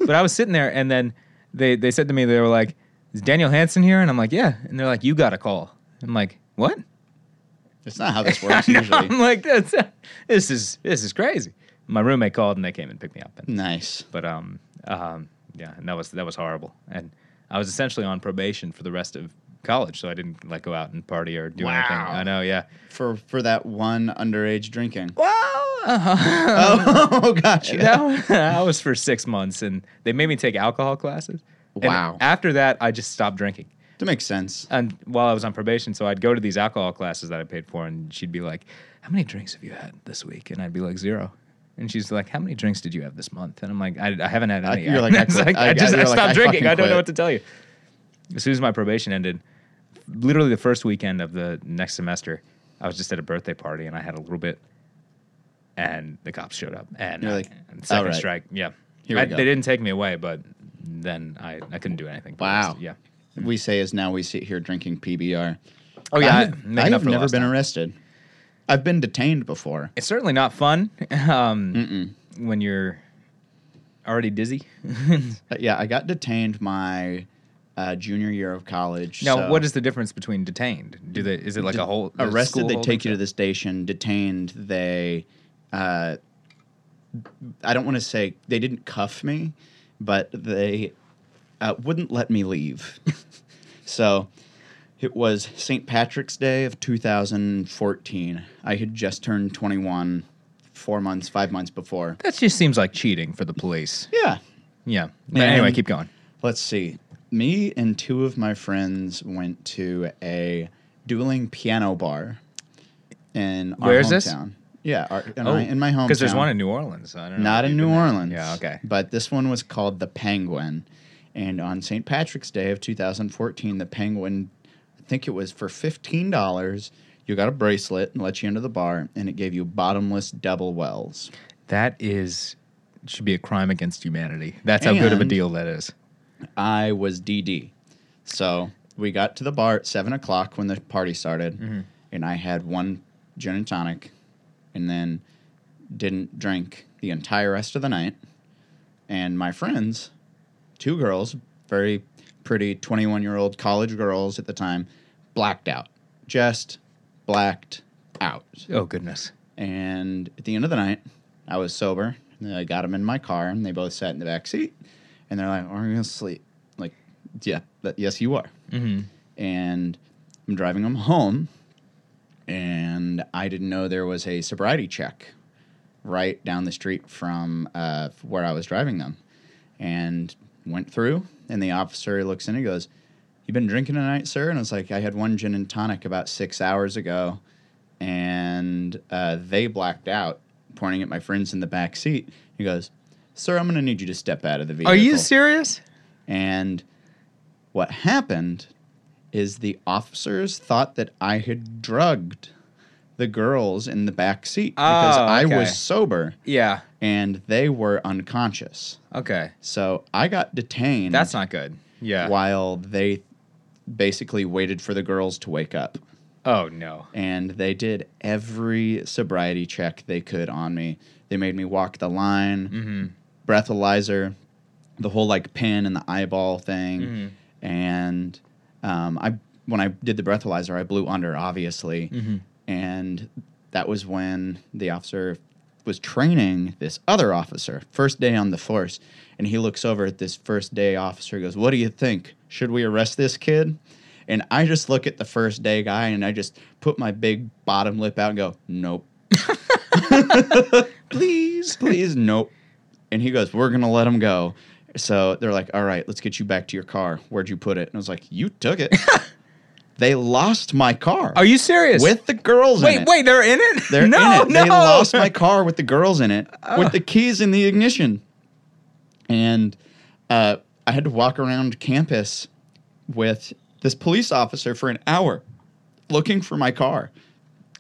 but I was sitting there, and then they they said to me, they were like, "Is Daniel Hansen here?" And I'm like, "Yeah." And they're like, "You got a call." I'm like, "What?" It's not how this works No, usually. I'm like, "That's this is this is crazy." My roommate called, and they came and picked me up. Hmm. And, Nice. but um, um, yeah, and that was that was horrible. And I was essentially on probation for the rest of college, so I didn't like go out and party or do anything. Wow. I know, yeah. For for that one underage drinking. Well, Oh, oh gotcha. That one- I was for six months, and they made me take alcohol classes. And Wow. after that, I just stopped drinking. That makes sense. And while I was on probation, so I'd go to these alcohol classes that I paid for, and she'd be like, "How many drinks have you had this week?" And I'd be like, zero. And she's like, "How many drinks did you have this month?" And I'm like, "I, I haven't had I- any." you're like, I It's quit. I- I just you're I like, stopped I fucking drinking. I don't quit." know what to tell you. As soon as my probation ended, literally the first weekend of the next semester, I was just at a birthday party, and I had a little bit, and the cops showed up, and You're uh, like, "All second right. strike, yeah. Here we I- go. They didn't take me away, but then I, I couldn't do anything. for the Wow. rest- Yeah. We say is now we sit here drinking PBR. Oh yeah, I've, making up I've for the never lost been time. arrested. I've been detained before. It's certainly not fun um, when you're already dizzy. now, Uh, yeah, I got detained my uh, junior year of college. so- what is the difference between detained? Do they? Is it like a whole the arrested school they holding take you to the station detained they uh, i don't want to say they didn't cuff me but they uh, wouldn't let me leave so it was st patrick's day of 2014 i had just turned 21 four months five months before That just seems like cheating for the police. yeah Yeah. But And- anyway, keep going. Let's see. Me and two of my friends went to a dueling piano bar in our Where is this? hometown. Yeah, our, in, my, in my hometown. Because Oh, there's one in New Orleans. I don't know. not if in you've New been there. Orleans. Yeah. Okay. But this one was called the Penguin, and on St. Patrick's Day of 2014, the Penguin, I think it was for fifteen dollars. You got a bracelet and let you into the bar, and it gave you bottomless double wells. That is should be a crime against humanity. That's how good of a And- deal that is. I was DD. So we got to the bar at seven o'clock when the party started, and I had one gin and tonic, and then didn't drink the entire rest of the night. And my friends, two girls, very pretty 21 year old college girls at the time, blacked out. Just blacked out. Oh goodness. And at the end of the night, I was sober. And I got them in my car, and they both sat in the back seat. And they're like, "Are we gonna sleep?" I'm like, yeah, but yes, you are. Mm-hmm. And I'm driving them home, and I didn't know there was a sobriety check right down the street from uh, where I was driving them. And went through, and the officer looks in and goes, "You been drinking tonight, sir?" And I was like, "I had one gin and tonic about six hours ago." and uh, they blacked out, pointing at my friends in the back seat. He goes, "Sir, I'm going to need you to step out of the vehicle." Are you serious? And what happened is the officers thought that I had drugged the girls in the back seat because Oh, I okay. was sober Yeah. and they were unconscious. Okay. So I got detained That's not good. Yeah. while they basically waited for the girls to wake up Oh no. and they did every sobriety check they could on me. They made me walk the line, Mm-hmm. breathalyzer, the whole like pin and the eyeball thing, and um, I when I did the breathalyzer, I blew under obviously, and that was when the officer was training this other officer first day on the force and he looks over at this first day officer goes what do you think should we arrest this kid and I just look at the first day guy and I just put my big bottom lip out and go, nope. please, please, nope. And he goes, we're going to let him go. So they're like, all right, let's get you back to your car. Where'd you put it? And I was like, you took it. they lost my car Are you serious? with the girls in wait, it. wait, they're in it. They're no, in it. no. They lost my car with the girls in it, with the keys in the ignition. And uh, I had to walk around campus with this police officer for an hour looking for my car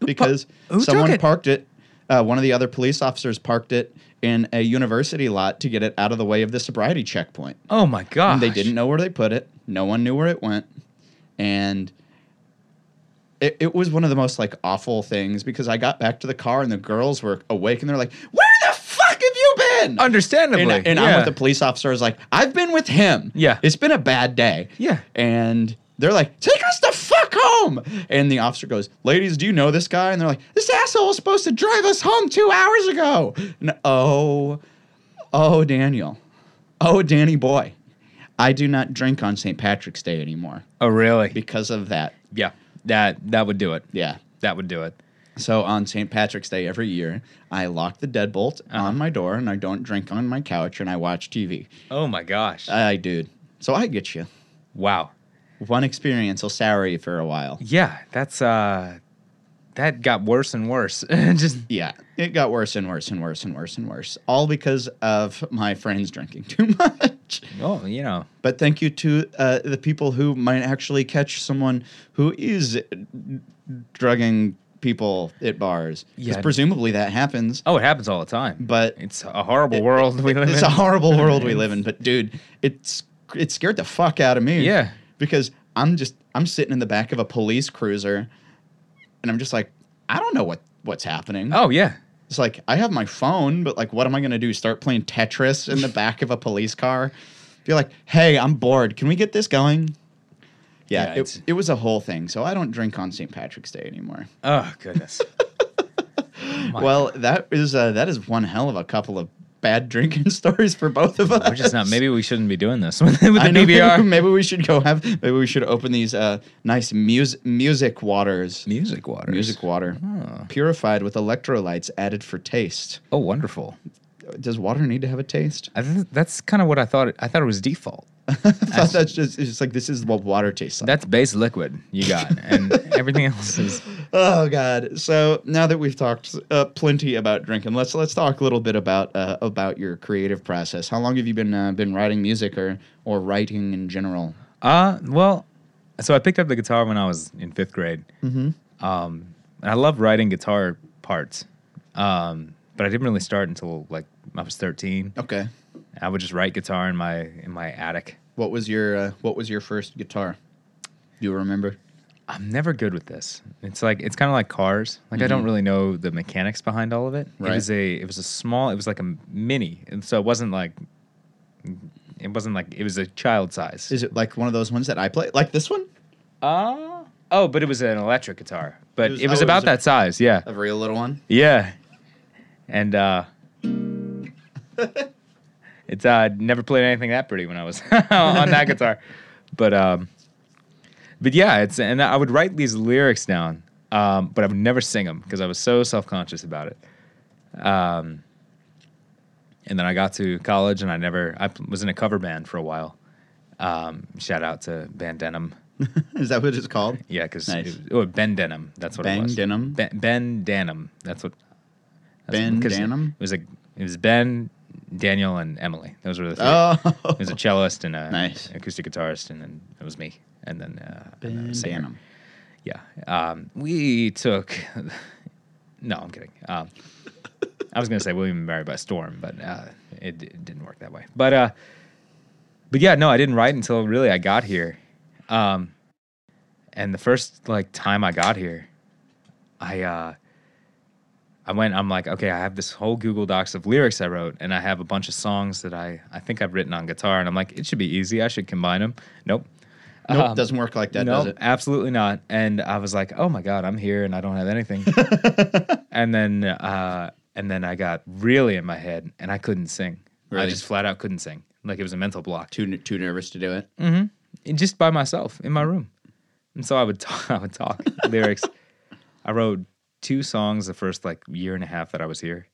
because who took someone it? parked it. Uh, one of the other police officers parked it in a university lot to get it out of the way of the sobriety checkpoint. Oh my god. And they didn't know where they put it. No one knew where it went. And it, it was one of the most like awful things because I got back to the car and the girls were awake and they're like, Where the fuck have you been? Understandably. And, and I'm yeah. with the police officer. I was like, I've been with him. Yeah. It's been a bad day. Yeah. And they're like, take us the fuck home. And the officer goes, ladies, do you know this guy? And they're like, this asshole was supposed to drive us home two hours ago. And oh, oh, Daniel. Oh, Danny boy. I do not drink on St. Patrick's Day anymore Oh really? because of that. Yeah. That that would do it. Yeah. That would do it. So on St. Patrick's Day every year, I lock the deadbolt Uh-huh. on my door and I don't drink on my couch and I watch TV. Oh my gosh. I dude. So I get you. wow. One experience will sour you for a while. Yeah, that's uh that got worse and worse. Just Yeah, it got worse and worse and worse and worse and worse, all because of my friends drinking too much. oh, you know. But thank you to uh, the people who might actually catch someone who is drugging people at bars. Because Yeah. presumably that happens. Oh, it happens all the time. But- it's a horrible world we live It's in. a horrible world we live in, but dude, it's it scared the fuck out of me. Yeah. Because I'm just I'm sitting in the back of a police cruiser and I'm just like, I don't know what what's happening. oh yeah. It's like I have my phone, but like what am I gonna do? Start playing Tetris in the back of a police car? Be like, hey, I'm bored. Can we get this going? Yeah, Yeah, it's- it, it was a whole thing. So I don't drink on St. Patrick's Day anymore. Oh goodness. Oh My well, that is uh, that is one hell of a couple of bad drinking stories for both of us. We're just not. Maybe we shouldn't be doing this with, with the I know, PBR Maybe we should go have. Maybe we should open these uh, nice mus- music waters. music water. Music water, Oh. purified with electrolytes added for taste. Oh, wonderful. Does water need to have a taste? I think that's kind of what I thought. It, I thought it was default. I thought that's just it's just like this is what water tastes like. That's base liquid you got, and everything else is. oh God! So now that we've talked uh, plenty about drinking, let's let's talk a little bit about uh, about your creative process. How long have you been uh, been writing music or or writing in general? Uh well, so I picked up the guitar when I was in fifth grade. Mm-hmm. Um, and I love writing guitar parts, um, but I didn't really start until like I was thirteen. Okay. I would just write guitar in my in my attic. What was your uh, What was your first guitar? Do you remember? I'm never good with this. It's like it's kind of like cars. Like I don't really know the mechanics behind all of it. It Mm-hmm. Right. was a it was a small. It was like a mini, and so it wasn't like it wasn't like it was a child size. Is it like one of those ones that I play, like this one? Uh, oh, but it was an electric guitar. But it It was- was, oh, it about was a- that size. Yeah, A real little one. yeah, and uh, it's uh never played anything that pretty when I was on that guitar, but um, but yeah, it's and I would write these lyrics down, um, but I would never sing them because I was so self conscious about it. Um, and then I got to college and I never I was in a cover band for a while. Um, shout out to Van Denham. Is that what it's called? Yeah, because Nice. oh, Ben Denham. That's what Bang it was. Denham? Ben, ben Denham. That's what. that's Ben what- 'cause Denham? It was a. It was Ben, Daniel, and Emily. Those were the three. Oh, It was a cellist and a Nice. acoustic guitarist, and then it was me, and then uh, and then a Ben singer. Danum. Yeah. Um, we took. no, I'm kidding. Um, I was gonna say William and Mary by storm, but uh, it, it didn't work that way. But uh, but yeah, no, I didn't write until really I got here. Um, and the first like time I got here, I uh, I went. I'm like, okay, I have this whole Google Docs of lyrics I wrote, and I have a bunch of songs that I I think I've written on guitar, and I'm like, it should be easy. I should combine them. Nope. Nope, Um, doesn't work like that, no, does it? absolutely not. And I was like, oh my god, I'm here and I don't have anything. and then uh, and then I got really in my head and I couldn't sing. I Really? just flat out couldn't sing. Like it was a mental block. Too n- too nervous to do it. And just by myself in my room. And so I would talk, I would talk lyrics. I wrote two songs the first like year and a half that I was here.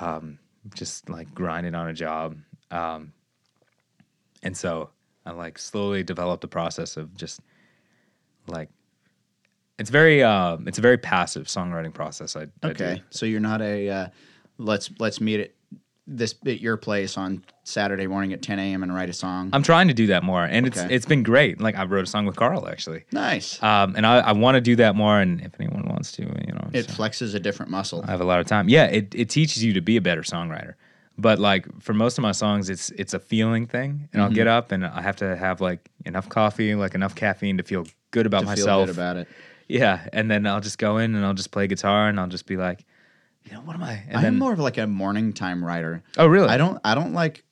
Um, just like grinding on a job. Um, And so I like slowly developed the process of just like it's very uh, it's a very passive songwriting process. I, I do. Okay, so you're not a uh, let's let's meet at this at your place on Saturday morning at 10 a.m. and write a song. I'm trying to do that more, and it's Okay. it's been great. Like I wrote a song with Carl actually, nice. um, and I, I want to do that more. And if anyone wants to, you know, it so- flexes a different muscle. I have a lot of time. Yeah, it, it teaches you to be a better songwriter. But like for most of my songs, it's it's a feeling thing, and I'll get Mm-hmm. up and I have to have like enough coffee, like enough caffeine to feel good about to myself. feel good about it. yeah, and then I'll just go in and I'll just play guitar and I'll just be like, you know, what am I? And I'm then more of like a morning time writer. oh really? I don't I don't like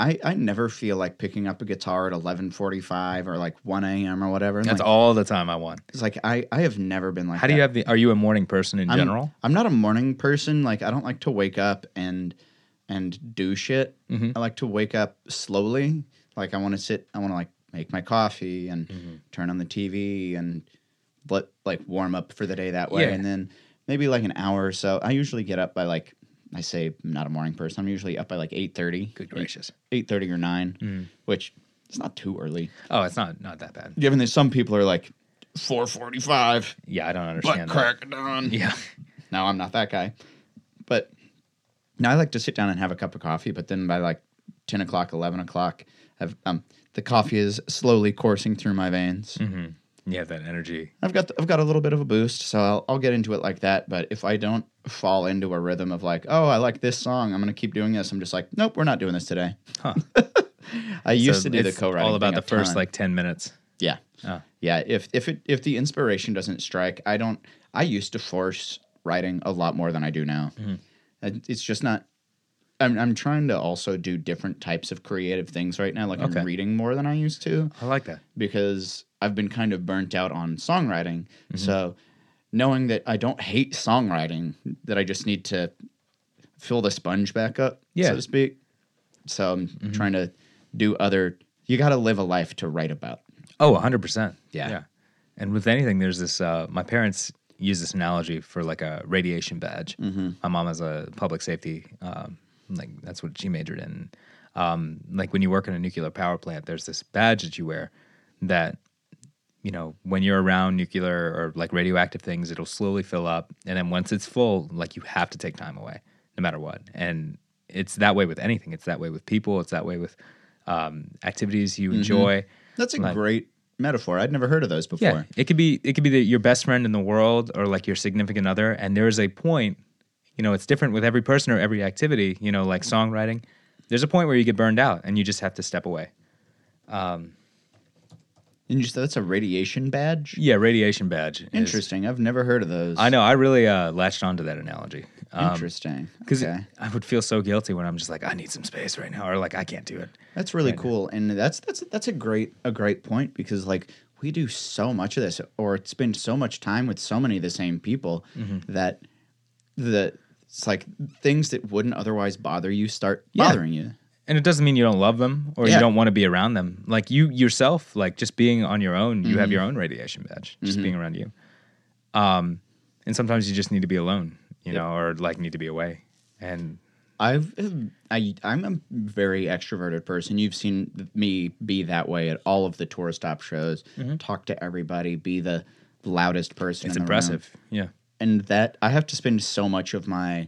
I, I never feel like picking up a guitar at 11:45 or like 1 a.m. or whatever. And That's like, all the time I want. It's like I I have never been like How do you that. have the? Are you a morning person in I'm, general? I'm not a morning person. Like I don't like to wake up and and do shit. Mm-hmm. I like to wake up slowly. Like I want to sit. I want to like make my coffee and Mm-hmm. turn on the TV and let like warm up for the day that way. Yeah. And then maybe like an hour or so. I usually get up by like I say I'm not a morning person. I'm usually up by like eight thirty. Good gracious! Mm-hmm. Eight thirty or nine, which it's not too early. Oh, it's not not that bad. Given that some people are like four forty five, Yeah, I don't butt understand. that. crack of dawn. Yeah, No, I'm not that guy. But now I like to sit down and have a cup of coffee. But then by like ten o'clock, eleven o'clock, I've, um, the coffee is slowly coursing through my veins. Mm. Mm-hmm. yeah, that energy. I've got I've got a little bit of a boost, so I'll, I'll get into it like that. But if I don't fall into a rhythm of like, oh, I like this song, I'm gonna keep doing this. I'm just like, nope, we're not doing this today. Huh. I used So to do the it's co-writing. All about thing the a first ton. like ten minutes. Yeah. Ah. Yeah. If if it if the inspiration doesn't strike, I don't I used to force writing a lot more than I do now. Mm-hmm. And It's just not I'm I'm trying to also do different types of creative things right now. Like Okay. I'm reading more than I used to I like that. because I've been kind of burnt out on songwriting. Mm-hmm. So knowing that I don't hate songwriting, that I just need to fill the sponge back up, Yeah. Mm-hmm. so to speak. So I'm trying to do other you got to live a life to write about. Oh, 100%. Yeah. And with anything, there's this, uh, my parents use this analogy for like a radiation badge. My mom has a public safety, um, like that's what she majored in. Um, like when you work in a nuclear power plant, there's this badge that you wear that, you know, when you're around nuclear or like radioactive things, it'll slowly fill up. And then once it's full, like you have to take time away no matter what. And it's that way with anything. It's that way with people. It's that way with um, activities you enjoy. That's a Like- great metaphor. I'd never heard of those before. Yeah, it could be it could be the, your best friend in the world or like your significant other, and there is a point. You know, it's different with every person or every activity. You know, like songwriting, there's a point where you get burned out and you just have to step away. And you said that's a radiation badge? Yeah, radiation badge. is- Interesting. I've never heard of those. I know. Um, I really uh, latched onto that analogy Interesting. because okay. I would feel so guilty when I'm just like, I need some space right now, or like I can't do it. That's really cool. And that's that's that's a great a great point because like we do so much of this or spend so much time with so many of the same people Mm-hmm. that the it's like things that wouldn't otherwise bother you start Yeah. bothering you. and it doesn't mean you don't love them or you Yeah. don't want to be around them. Like you yourself, like just being on your own, you have Mm-hmm. your own radiation badge just being around you. Um, and sometimes you just need to be alone, you know, or like need to be away. And I've I I'm a very extroverted person. You've seen me be that way at all of the tour stop shows. Talk to everybody, be the loudest person. Mm-hmm. it's in the room. impressive. Yeah. and that I have to spend so much of my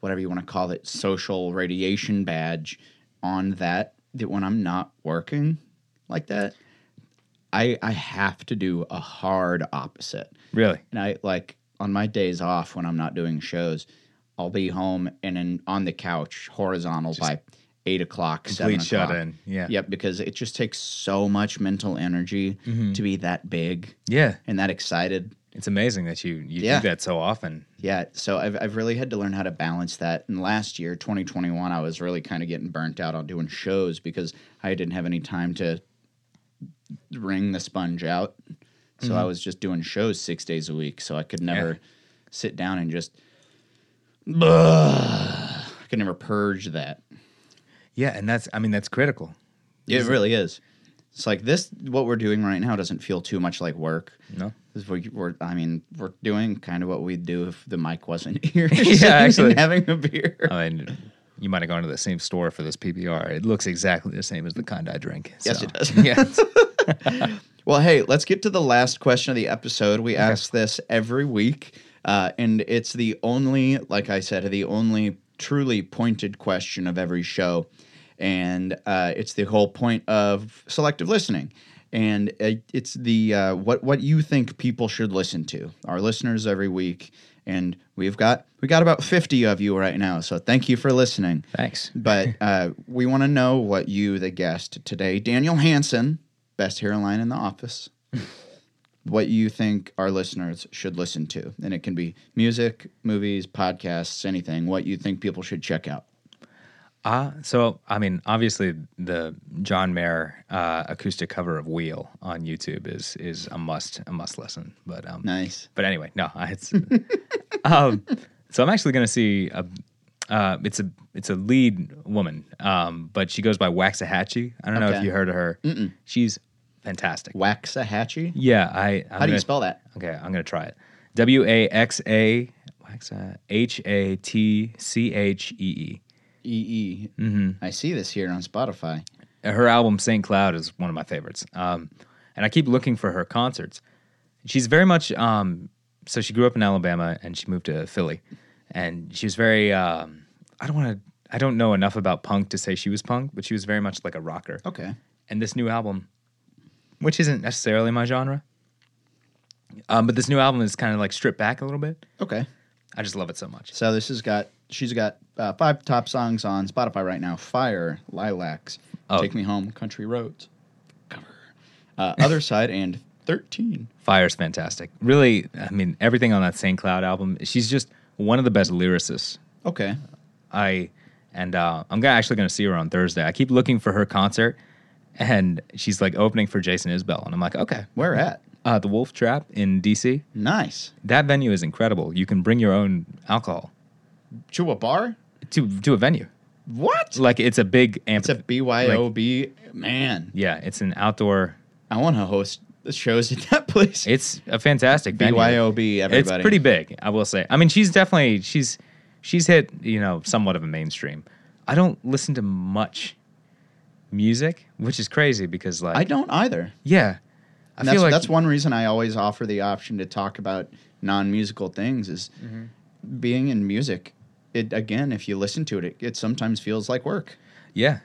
whatever you want to call it social radiation badge on that that when I'm not working like that, I I have to do a hard opposite. Really? And I like on my days off when I'm not doing shows, I'll be home and then on the couch, horizontal by eight o'clock, seven Complete o'clock. shut in. Yeah. Yep, because it just takes so much mental energy Mm-hmm. to be that big Yeah. and that excited. It's amazing that you, you Yeah. do that so often. Yeah, so I've I've really had to learn how to balance that. And last year, 2021, I was really kind of getting burnt out on doing shows because I didn't have any time to wring the sponge out. So I was just doing shows six days a week. So I could never sit down and just. I could never purge that. Yeah. And that's, I mean, that's critical. It really is. It's like this. What we're doing right now doesn't feel too much like work. No. 'Cause we- We're, I mean, we're doing kind of what we'd do if the mic wasn't here. Yeah, sitting and actually. having a beer. I mean, you might have gone to the same store for this PBR. It looks exactly the same as the kind I drink. Yes, so- it does. yes. Well, hey, let's get to the last question of the episode. We ask this every week, uh, and it's the only, like I said, the only truly pointed question of every show. And uh, it's the whole point of selective listening. And uh, it's the uh, what what you think people should listen to. Our listeners every week, and we've got we got about fifty of you right now. So thank you for listening. Thanks. But uh, we want to know what you, the guest today, Daniel Hansen, best hairline in the office, what you think our listeners should listen to. And it can be music, movies, podcasts, anything, what you think people should check out. Uh, so, I mean, obviously, the John Mayer uh, acoustic cover of "Wheel" on YouTube is is a must, a must listen. But um, Nice. but anyway, no, I- it's um, so I'm actually going to see a. Uh, it's a it's a lead woman, um, but she goes by Waxahachie. I don't know if Okay. you heard of her. She's fantastic. Waxahachie? Yeah, I. I'm How do gonna- you spell that? Okay, I'm gonna try it. W a x a Waxa- H a t c h e e. E E. Mm-hmm. I see this here on Spotify. Her album Saint Cloud is one of my favorites, um, and I keep looking for her concerts. She's very much um, so. She grew up in Alabama and she moved to Philly, and she was very. Um, I don't want to. I don't know enough about punk to say she was punk, but she was very much like a rocker. Okay. and this new album, which isn't necessarily my genre, um, but this new album is kind of like stripped back a little bit. Okay. I just love it so much. So this has got, she's got uh, five top songs on Spotify right now Fire, Lilacs, Oh. Take Me Home, Country Roads, Cover, uh, Other Side, and 13. Fire's fantastic. Really, I mean, everything on that St. Cloud album. She's just one of the best lyricists. Okay. I and uh, I'm gonna, actually going to see her on Thursday. I keep looking for her concert, and she's like opening for Jason Isbell, and I'm like, okay, Where at? uh, the Wolf Trap in D.C. Nice. That venue is incredible. You can bring your own alcohol To a bar? to to a venue. What? Like it's a big It's a amphitheater. BYOB. Man, Yeah, it's an outdoor. I want to host the shows at that place. It's a fantastic venue. BYOB, everybody. It's pretty big, I will say. I mean, she's definitely she's she's hit you know somewhat of a mainstream. I don't listen to much music, which is crazy because like I don't either. yeah, I And that's, that's one reason I always offer the option to talk about non musical things is being in music. It again, if you listen to it, it, it sometimes feels like work. yeah.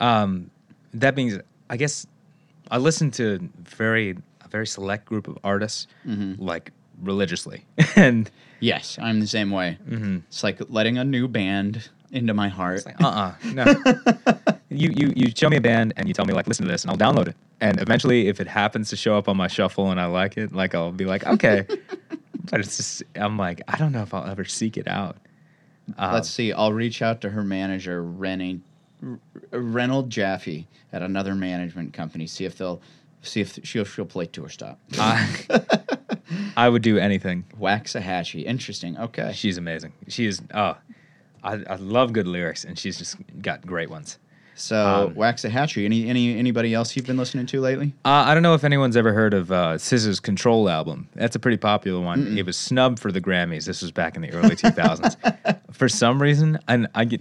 Um, that means I guess I listen to very a very select group of artists like religiously, and Yes, I'm the same way. It's like letting a new band into my heart. It's like, uh-uh, no. you, you, you show me a band and you tell me, like, listen to this, and I'll download it. And eventually, if it happens to show up on my shuffle and I like it, like, I'll be like, okay. but it's just, I'm like, I don't know if I'll ever seek it out. Let's see. I'll reach out to her manager, Rennie, R- Reynold Jaffe, at another management company. See if they'll see if she if she'll play tour stop. I, I would do anything. Waxahachie. Interesting. Okay. She's amazing. She is, oh, I, I love good lyrics, and she's just got great ones. So Um, Waxahachie. Any any anybody else you've been listening to lately? Uh, I don't know if anyone's ever heard of uh, Scissor's Control album. That's a pretty popular one. It was snubbed for the Grammys. This was back in the early 2000s. for some reason, and I get,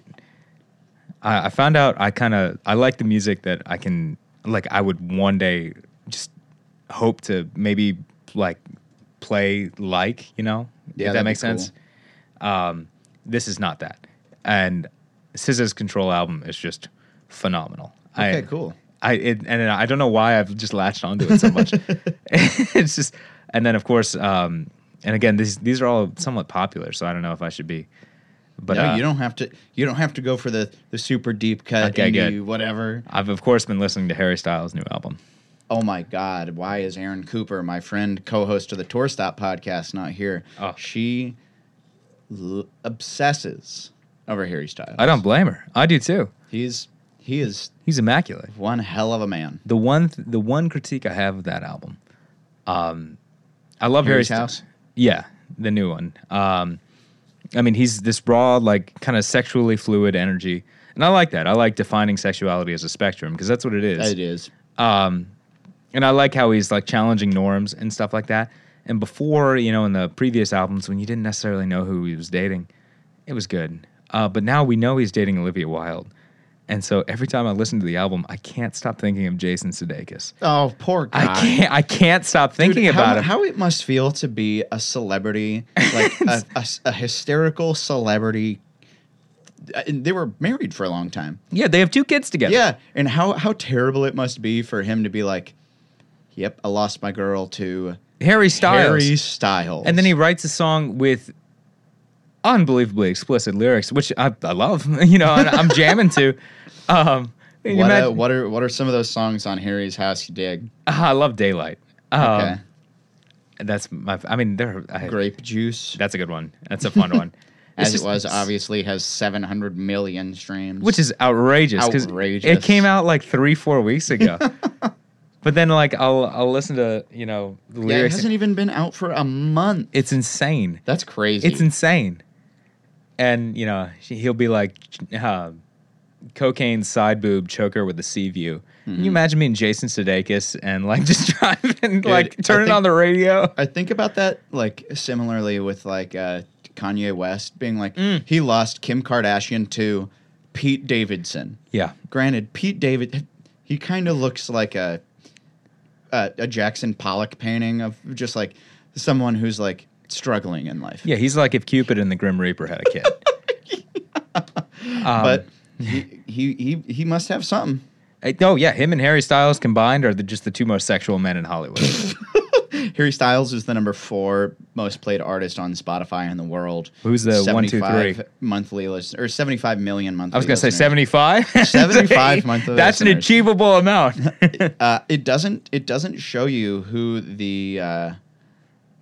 I, I found out I kind of I like the music that I can like. I would one day just hope to maybe like play like you know. Yeah, that'd if that be makes sense. Um, this is not that, and Scissor's Control album is just phenomenal. Okay, I- cool. I it, and I don't know why I've just latched onto it so much. it's just, and then of course, um, and again, these these are all somewhat popular, so I don't know if I should be. But no, uh, you don't have to. You don't have to go for the the super deep cut Okay, indie good. whatever. I've of course been listening to Harry Styles' new album. Oh my God! Why is Aaron Cooper, my friend, co-host of the Tour Stop podcast, not here? Oh. She l- obsesses over Harry Styles. I don't blame her. I do too. He's he is He's immaculate. one hell of a man. The one th- the one critique I have of that album, um, I love Harry Harry's Styles. House? Yeah, the new one. Um, I mean, he's this raw, like kind of sexually fluid energy, and I like that. I like defining sexuality as a spectrum because that's what it is. It is. and I like how he's like challenging norms and stuff like that. And before, you know, in the previous albums, when you didn't necessarily know who he was dating, it was good. Uh, but now we know he's dating Olivia Wilde. And so every time I listen to the album, I can't stop thinking of Jason Sudeikis. Oh, poor guy. I can't. I can't stop Dude, thinking how- about him. How it must feel to be a celebrity, like a, a s- a hysterical celebrity. Uh, and They were married for a long time. yeah, they have two kids together. Yeah, and how how terrible it must be for him to be like, "Yep, I lost my girl to Harry Styles. Harry Styles," And then he writes a song with unbelievably explicit lyrics, which I, I love. You know, and I'm jamming to. Um, can you What, uh, imagine- what are what are some of those songs on Harry's House You Dig? Ah, I love Daylight. Um, Okay, That's my. I mean, there. I- Grape Juice, That's a good one. That's a fun one. It's as just- it was, obviously has seven hundred million streams. which is outrageous because it Outrageous. came out like three, four weeks ago. but then, like, I'll I'll listen to you know the yeah, it lyrics. hasn't even been out for a month. it's insane. That's crazy. It's insane. And you know she- he'll be like, uh, cocaine side boob choker with a sea view. Mm-hmm. Can you imagine me and Jason Sudeikis and like just driving, like I turning on think- the radio? I think about that like similarly with like uh, Kanye West being like Mm. he lost Kim Kardashian to Pete Davidson. Yeah, Granted, Pete David he kind of looks like a, a a Jackson Pollock painting of just like someone who's like struggling in life. yeah. He's like if Cupid and the Grim Reaper had a kid. Um, But he, he he he must have something. I- oh yeah, him and Harry Styles combined are the, just the two most sexual men in Hollywood. Harry Styles is the number four most played artist on Spotify in the world. Who's the one, two, 75 three? monthly list or seventy five million monthly? I was gonna say listeners. seventy five. 75 monthly That's an listeners. achievable amount. Uh, it doesn't. It doesn't show you who the. Uh,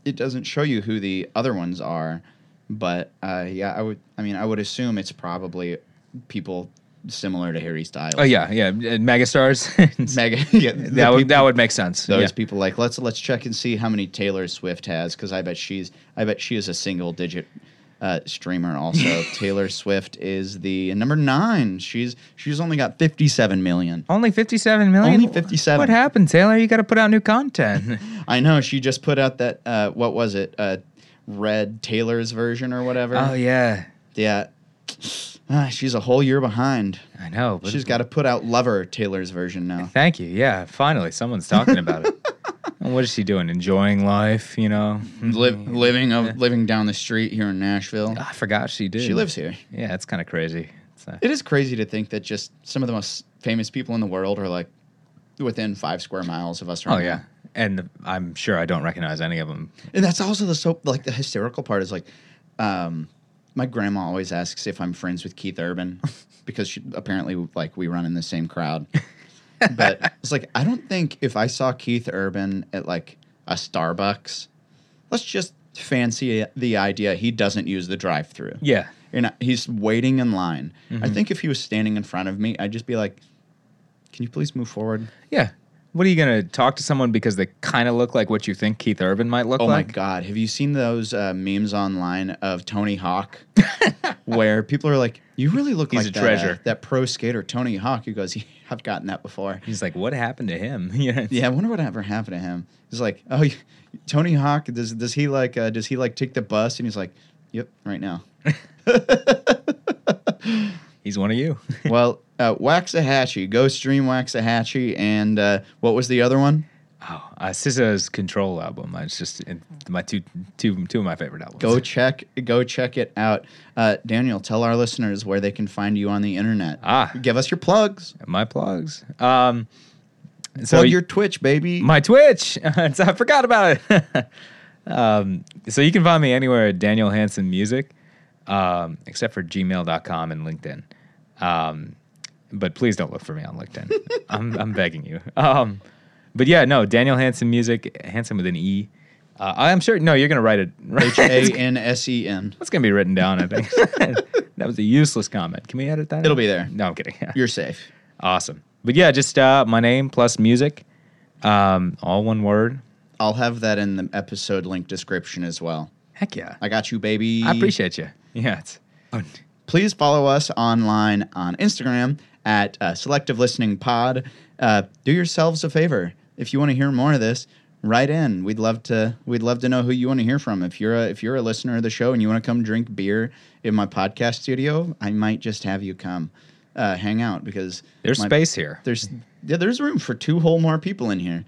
it doesn't show you who the other ones are, but uh, yeah, I would. I mean, I would assume it's probably people similar to Harry Styles. oh yeah, yeah. uh, Megastars. mega. Yeah, the that would people- that would make sense. those Yeah. people like let's let's check and see how many Taylor Swift has because I bet she's I bet she is a single digit uh, streamer. Also, Taylor Swift is the number nine. She's she's only got fifty seven million. Only fifty seven million. Only 57. What happened, Taylor? You got to put out new content. I know she just put out that uh, what was it? Uh, Red Taylor's version or whatever. oh yeah, yeah. Ah, she's a whole year behind. I know. But She's got to put out Lover Taylor's version now. Thank you. Yeah, finally someone's talking about it. And what is she doing? Enjoying life, you know? Liv- living of living down the street here in Nashville. I forgot she did. She lives here. Yeah, it's kind of crazy. It's, uh, It is crazy to think that just some of the most famous people in the world are like within five square miles of us. Right oh now. yeah, and I'm sure I don't recognize any of them. and that's also the so like the hysterical part is like, um, my grandma always asks if I'm friends with Keith Urban because she, apparently like we run in the same crowd. but it's like I don't think if I saw Keith Urban at like a Starbucks, let's just fancy the idea he doesn't use the drive-through Yeah, and I- he's waiting in line. I think if he was standing in front of me, I'd just be like, "Can you please move forward?" yeah. What are you gonna talk to someone because they kind of look like what you think Keith Urban might look Oh like? my god, have you seen those uh, memes online of Tony Hawk, where people are like, "You really look He's like a that, uh, treasure. that pro skater Tony Hawk." Who goes, "Yeah, "I've gotten that before." He's like, what happened to him? yeah. Yeah, I wonder what ever happened to him. He's like, "Oh, you- Tony Hawk does does he like uh, does he like take the bus?" And he's like, "Yep, right now." He's one of you. well, uh, Waxahachie, go stream Waxahachie, and uh, what was the other one? oh, uh, SZA's Control album. It's just in my two, two, two of my favorite albums. go check go check it out uh, daniel tell our listeners where they can find you on the internet Ah. give us your plugs my plugs. Um, so plug your twitch baby my Twitch. It's- I forgot about it. um, so you can find me anywhere at Daniel Hansen Music, um, except for gmail.com and LinkedIn. Um, but please don't look for me on LinkedIn. I'm, I'm begging you. Um, but yeah, no, Daniel Hansen Music, Hansen with an E. Uh, I'm sure, no, you're going to write it. a-n-s-e-n That's going to be written down, I think. that was a useless comment. Can we edit that? It'll out? be there. No, I'm kidding. you're safe Awesome. But yeah, just uh, my name plus music, um, all one word. i'll have that in the episode link description as well Heck yeah. i got you baby I appreciate you. Yeah. It's, please follow us online on Instagram at uh, Selective Listening Pod. Uh, do yourselves a favor. If you want to hear more of this, write in. We'd love to we'd love to know who you want to hear from. If you're a if you're a listener of the show and you want to come drink beer in my podcast studio, I might just have you come uh, hang out because There's my- space here. There's yeah, there's room for two whole more people in here.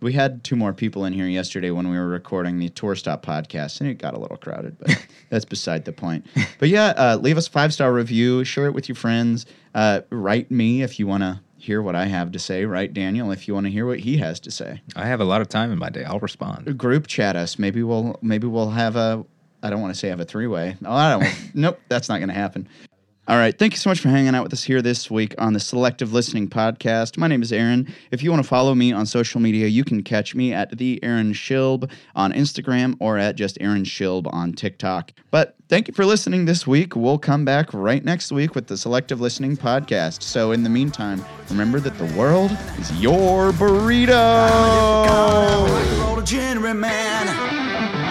We had two more people in here yesterday when we were recording the Tour Stop podcast, and it got a little crowded, but that's beside the point. But yeah, uh, leave us a five star review, share it with your friends. Uh, write me if you want to hear what I have to say. Write Daniel if you want to hear what he has to say I have a lot of time in my day. I'll respond. group chat us. Maybe we'll maybe we'll have a I don't want to say have a three way. Oh, I don't. nope, that's not going to happen. All right. Thank you so much for hanging out with us here this week on the Selective Listening Podcast. My name is Aaron. If you want to follow me on social media, you can catch me at the Aaron Shilb on Instagram or at just Aaron Shilb on TikTok. But thank you for listening this week. We'll come back right next week with the Selective Listening Podcast. So in the meantime, remember that the world is your burrito. roll a gin man.